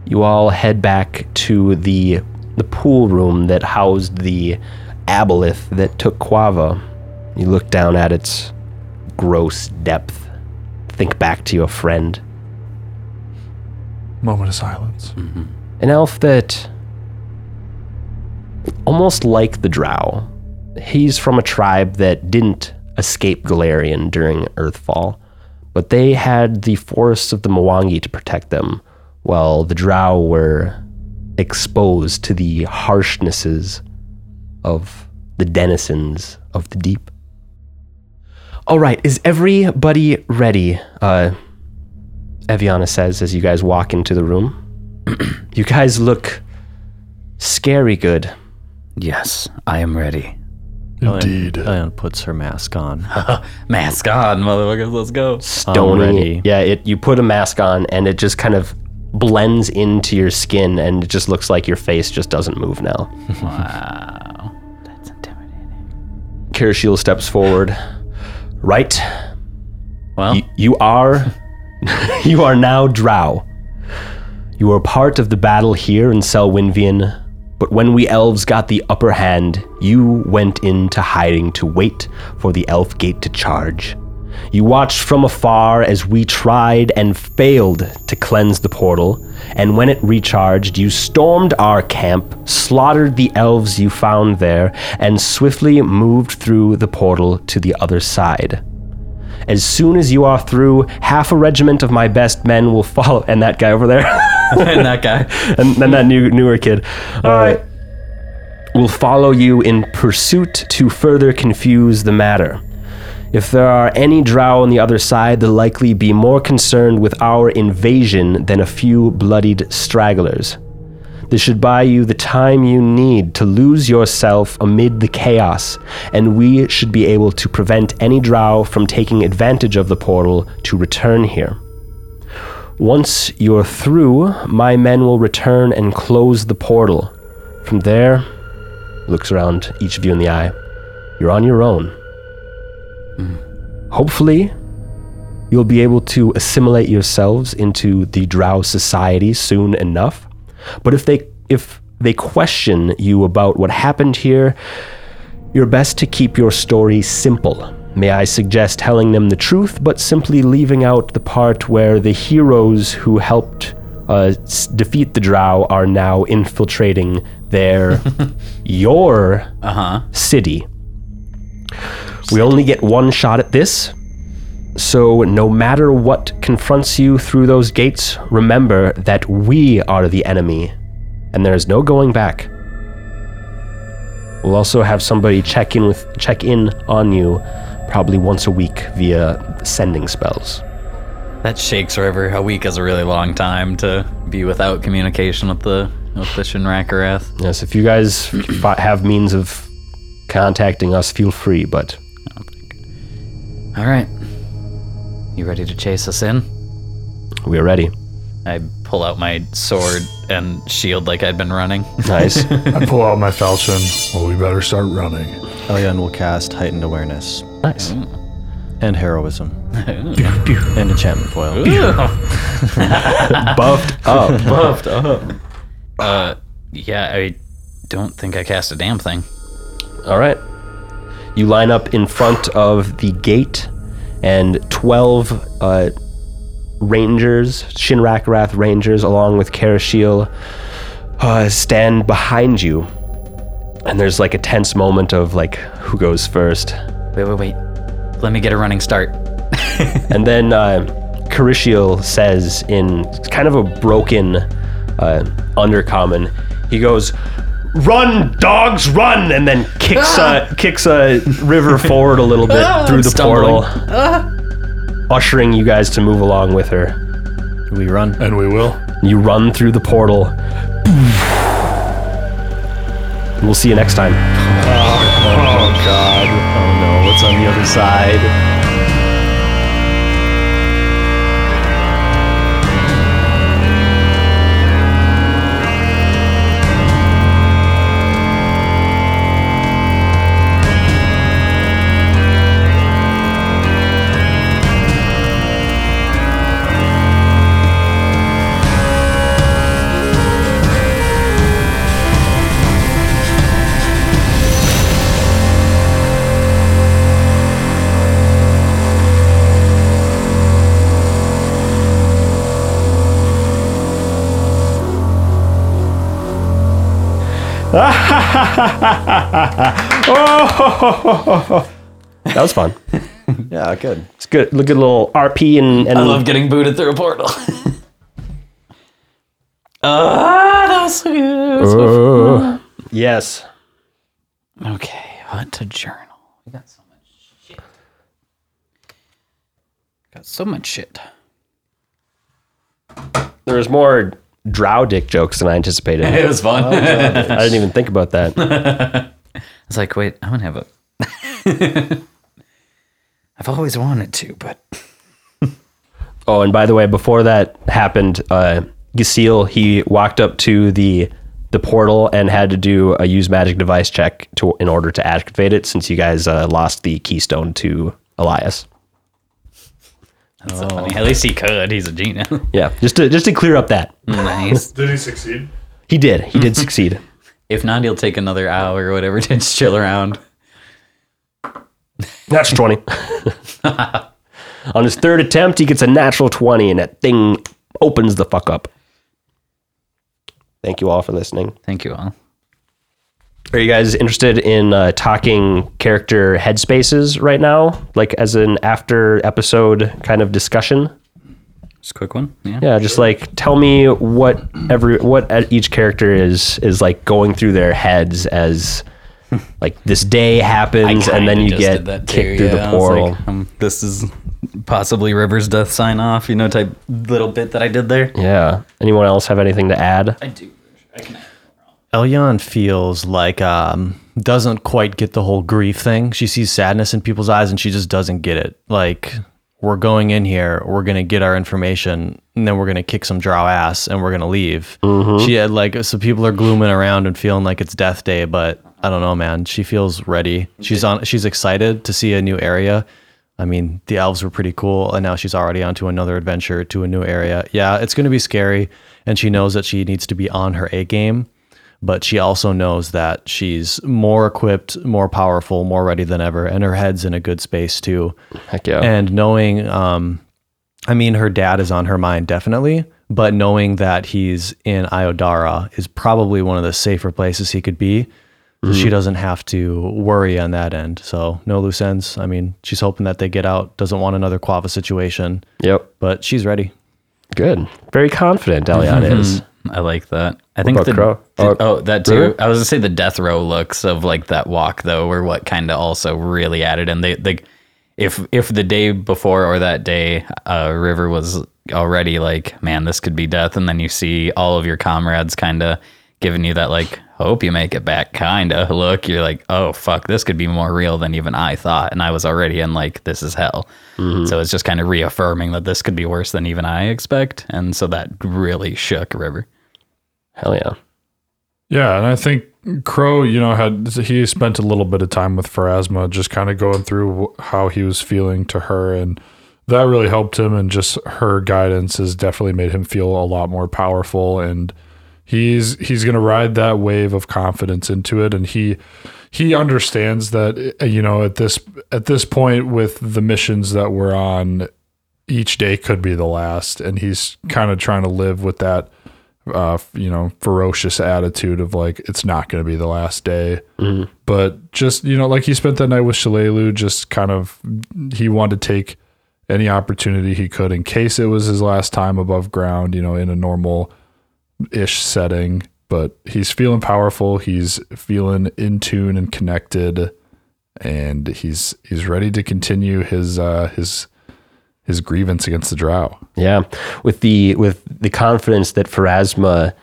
S1: you all head back to the the pool room that housed the aboleth that took Quava. You look down at its gross depth. Think back to your friend,
S2: Moment of silence.
S1: an elf that almost like the drow. He's from a tribe that didn't escape Galarian during Earthfall, but they had the forests of the Mwangi to protect them, while the drow were exposed to the harshnesses of the denizens of the deep. All right, is everybody ready? Uh, Eviana says as you guys walk into the room. You guys look scary good.
S3: Yes, I am ready.
S2: Indeed.
S4: Elion puts her mask on.
S3: Mask on, motherfuckers, let's go.
S1: Stony.
S4: ready.
S1: Yeah, it you put a mask on and it just kind of blends into your skin and it just looks like your face just doesn't move now.
S3: Wow. That's intimidating.
S1: Kirishil steps forward. Right.
S3: Well,
S1: Y- you are you are now drow. You are part of the battle here in Selwynvian, but when we elves got the upper hand, you went into hiding to wait for the elf gate to charge. You watched from afar as we tried and failed to cleanse the portal, and when it recharged, you stormed our camp, slaughtered the elves you found there, and swiftly moved through the portal to the other side. As soon as you are through, half a regiment of my best men will follow. And that guy over there,
S3: and that guy.
S1: and then that new, newer kid, uh, will follow you in pursuit to further confuse the matter. If there are any drow on the other side, they'll likely be more concerned with our invasion than a few bloodied stragglers. This should buy you the time you need to lose yourself amid the chaos, and we should be able to prevent any drow from taking advantage of the portal to return here. Once you're through, my men will return and close the portal. From there, looks around each of you in the eye, you're on your own. Hopefully, you'll be able to assimilate yourselves into the drow society soon enough. But if they if they question you about what happened here, you're best to keep your story simple. May I suggest telling them the truth, but simply leaving out the part where the heroes who helped uh, s- defeat the Drow are now infiltrating their your
S3: Uh-huh.
S1: city. We only get one shot at this, so no matter what confronts you through those gates, remember that we are the enemy, and there is no going back. We'll also have somebody check in with check in on you, probably once a week via sending spells.
S3: That shakes River. A week is a really long time to be without communication with the with the Shinrakarath.
S1: Yes, if you guys fi- have means of contacting us, feel free. But
S3: All right, you ready to chase us in?
S1: we are ready.
S3: I pull out my sword and shield like I'd been running.
S1: Nice.
S2: I pull out my falchion. Well, we better start running.
S4: Elion will cast heightened awareness
S1: nice.
S4: and heroism and enchantment foil.
S1: Buffed up.
S3: Uh, yeah, I don't think I cast a damn thing.
S1: All right. You line up in front of the gate, and 12 uh, rangers, Shinrakrath rangers, along with Karashiel, uh, stand behind you. And there's like a tense moment of like, who goes first?
S3: Wait, wait, wait. Let me get a running start.
S1: And then uh, Carishiel says in kind of a broken uh, undercommon, he goes, "Run, dogs, run!" and then kicks uh, kicks a river forward a little
S4: Oh,
S1: bit through the
S3: stumbling.
S1: portal,
S4: Uh-huh.
S1: ushering you guys to move along with her.
S4: We run.
S2: And we will.
S1: You run through the portal. And We'll see you next time.
S4: Oh god. Oh no, what's on the other side?
S1: That was fun.
S4: Yeah, good.
S1: It's good. Look at little RP and, and
S3: I love getting booted through a portal. Ah, that was so good.
S1: yes.
S3: Okay, what to journal? We got so much shit. Got so much shit.
S1: There was more drow dick jokes than I anticipated.
S3: It was fun.
S1: I didn't even think about that.
S3: Um, It's like, wait, I'm gonna have a. I've always wanted to, but
S1: Oh, and by the way, before that happened, uh, Gasil he walked up to the the portal and had to do a use magic device check to in order to activate it, since you guys uh, lost the keystone to Elias.
S3: that's so funny. At least he could. He's a genius.
S1: Yeah, just to just to clear up that
S3: nice.
S2: Did he succeed?
S1: he did he did succeed.
S3: If not, he'll take another hour or whatever to just chill around.
S1: Natural twenty. On his third attempt, he gets a natural twenty, and that thing opens the fuck up. Thank you all for listening.
S3: Thank you all.
S1: Are you guys interested in uh, talking character headspaces right now, like as an after episode kind of discussion?
S3: Just a quick one. Yeah.
S1: Yeah, just like tell me what every what at each character is is like going through their heads as like this day happens, and then you get kicked through the portal.
S3: um, this is possibly River's death sign off, you know, type little bit that I did there.
S1: yeah. Anyone else have anything to add?
S3: I do. I can.
S4: Elyon feels like um doesn't quite get the whole grief thing. She sees sadness in people's eyes and she just doesn't get it. Like we're going in here, we're gonna get our information, and then we're gonna kick some drow ass and we're gonna leave. She had like so people are glooming around and feeling like it's death day, but I don't know, man. She feels ready. She's on she's excited to see a new area. I mean, the elves were pretty cool, and now she's already onto another adventure to a new area. Yeah, it's gonna be scary, and she knows that she needs to be on her A game but she also knows that she's more equipped, more powerful, more ready than ever, and her head's in a good space too.
S1: Heck yeah.
S4: And knowing, um, I mean, her dad is on her mind definitely, but knowing that he's in Iodara is probably one of the safer places he could be. So she doesn't have to worry on that end. So no loose ends. I mean, she's hoping that they get out. Doesn't want another Quava situation,
S1: yep.
S4: but she's ready.
S1: Good. Very confident Eliana is.
S3: I like that. I think
S1: about
S3: the,
S1: Crow?
S3: the-
S1: Uh,
S3: oh that too.
S1: River?
S3: I was gonna say the death row looks of like that walk though were what kind of also really added. And they like if if the day before or that day, uh, River was already like, man, this could be death, and then you see all of your comrades kind of giving you that like hope you make it back kind of look you're like oh fuck this could be more real than even i thought and i was already in like this is hell so it's just kind of reaffirming that this could be worse than even i expect and so that really shook river
S1: Hell yeah.
S2: Yeah, and I think Crow, you know, had he spent a little bit of time with Pharasma, just kind of going through wh- how he was feeling to her, and that really helped him. And just her guidance has definitely made him feel a lot more powerful, and he's he's gonna ride that wave of confidence into it, and he he understands that uh, you know at this at this point with the missions that we're on each day could be the last and he's kind of trying to live with that uh, f- you know, ferocious attitude of like it's not going to be the last day. But just you know, like he spent that night with Shalelu, just kind of he wanted to take any opportunity he could in case it was his last time above ground. You know, in a normal ish setting. But he's feeling powerful. He's feeling in tune and connected, and he's he's ready to continue his uh, his his grievance against the Drow.
S1: Yeah, with the with the confidence that Pharasma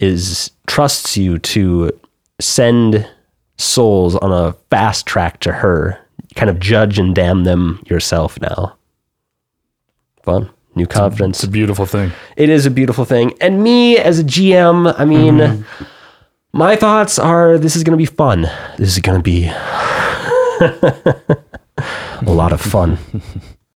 S1: is trusts you to send souls on a fast track to her, kind of judge and damn them yourself now. Fun, new confidence.
S2: It's a beautiful thing.
S1: It is a beautiful thing. And me as a GM, I mean, my thoughts are this is going to be fun. This is going to be a lot of fun.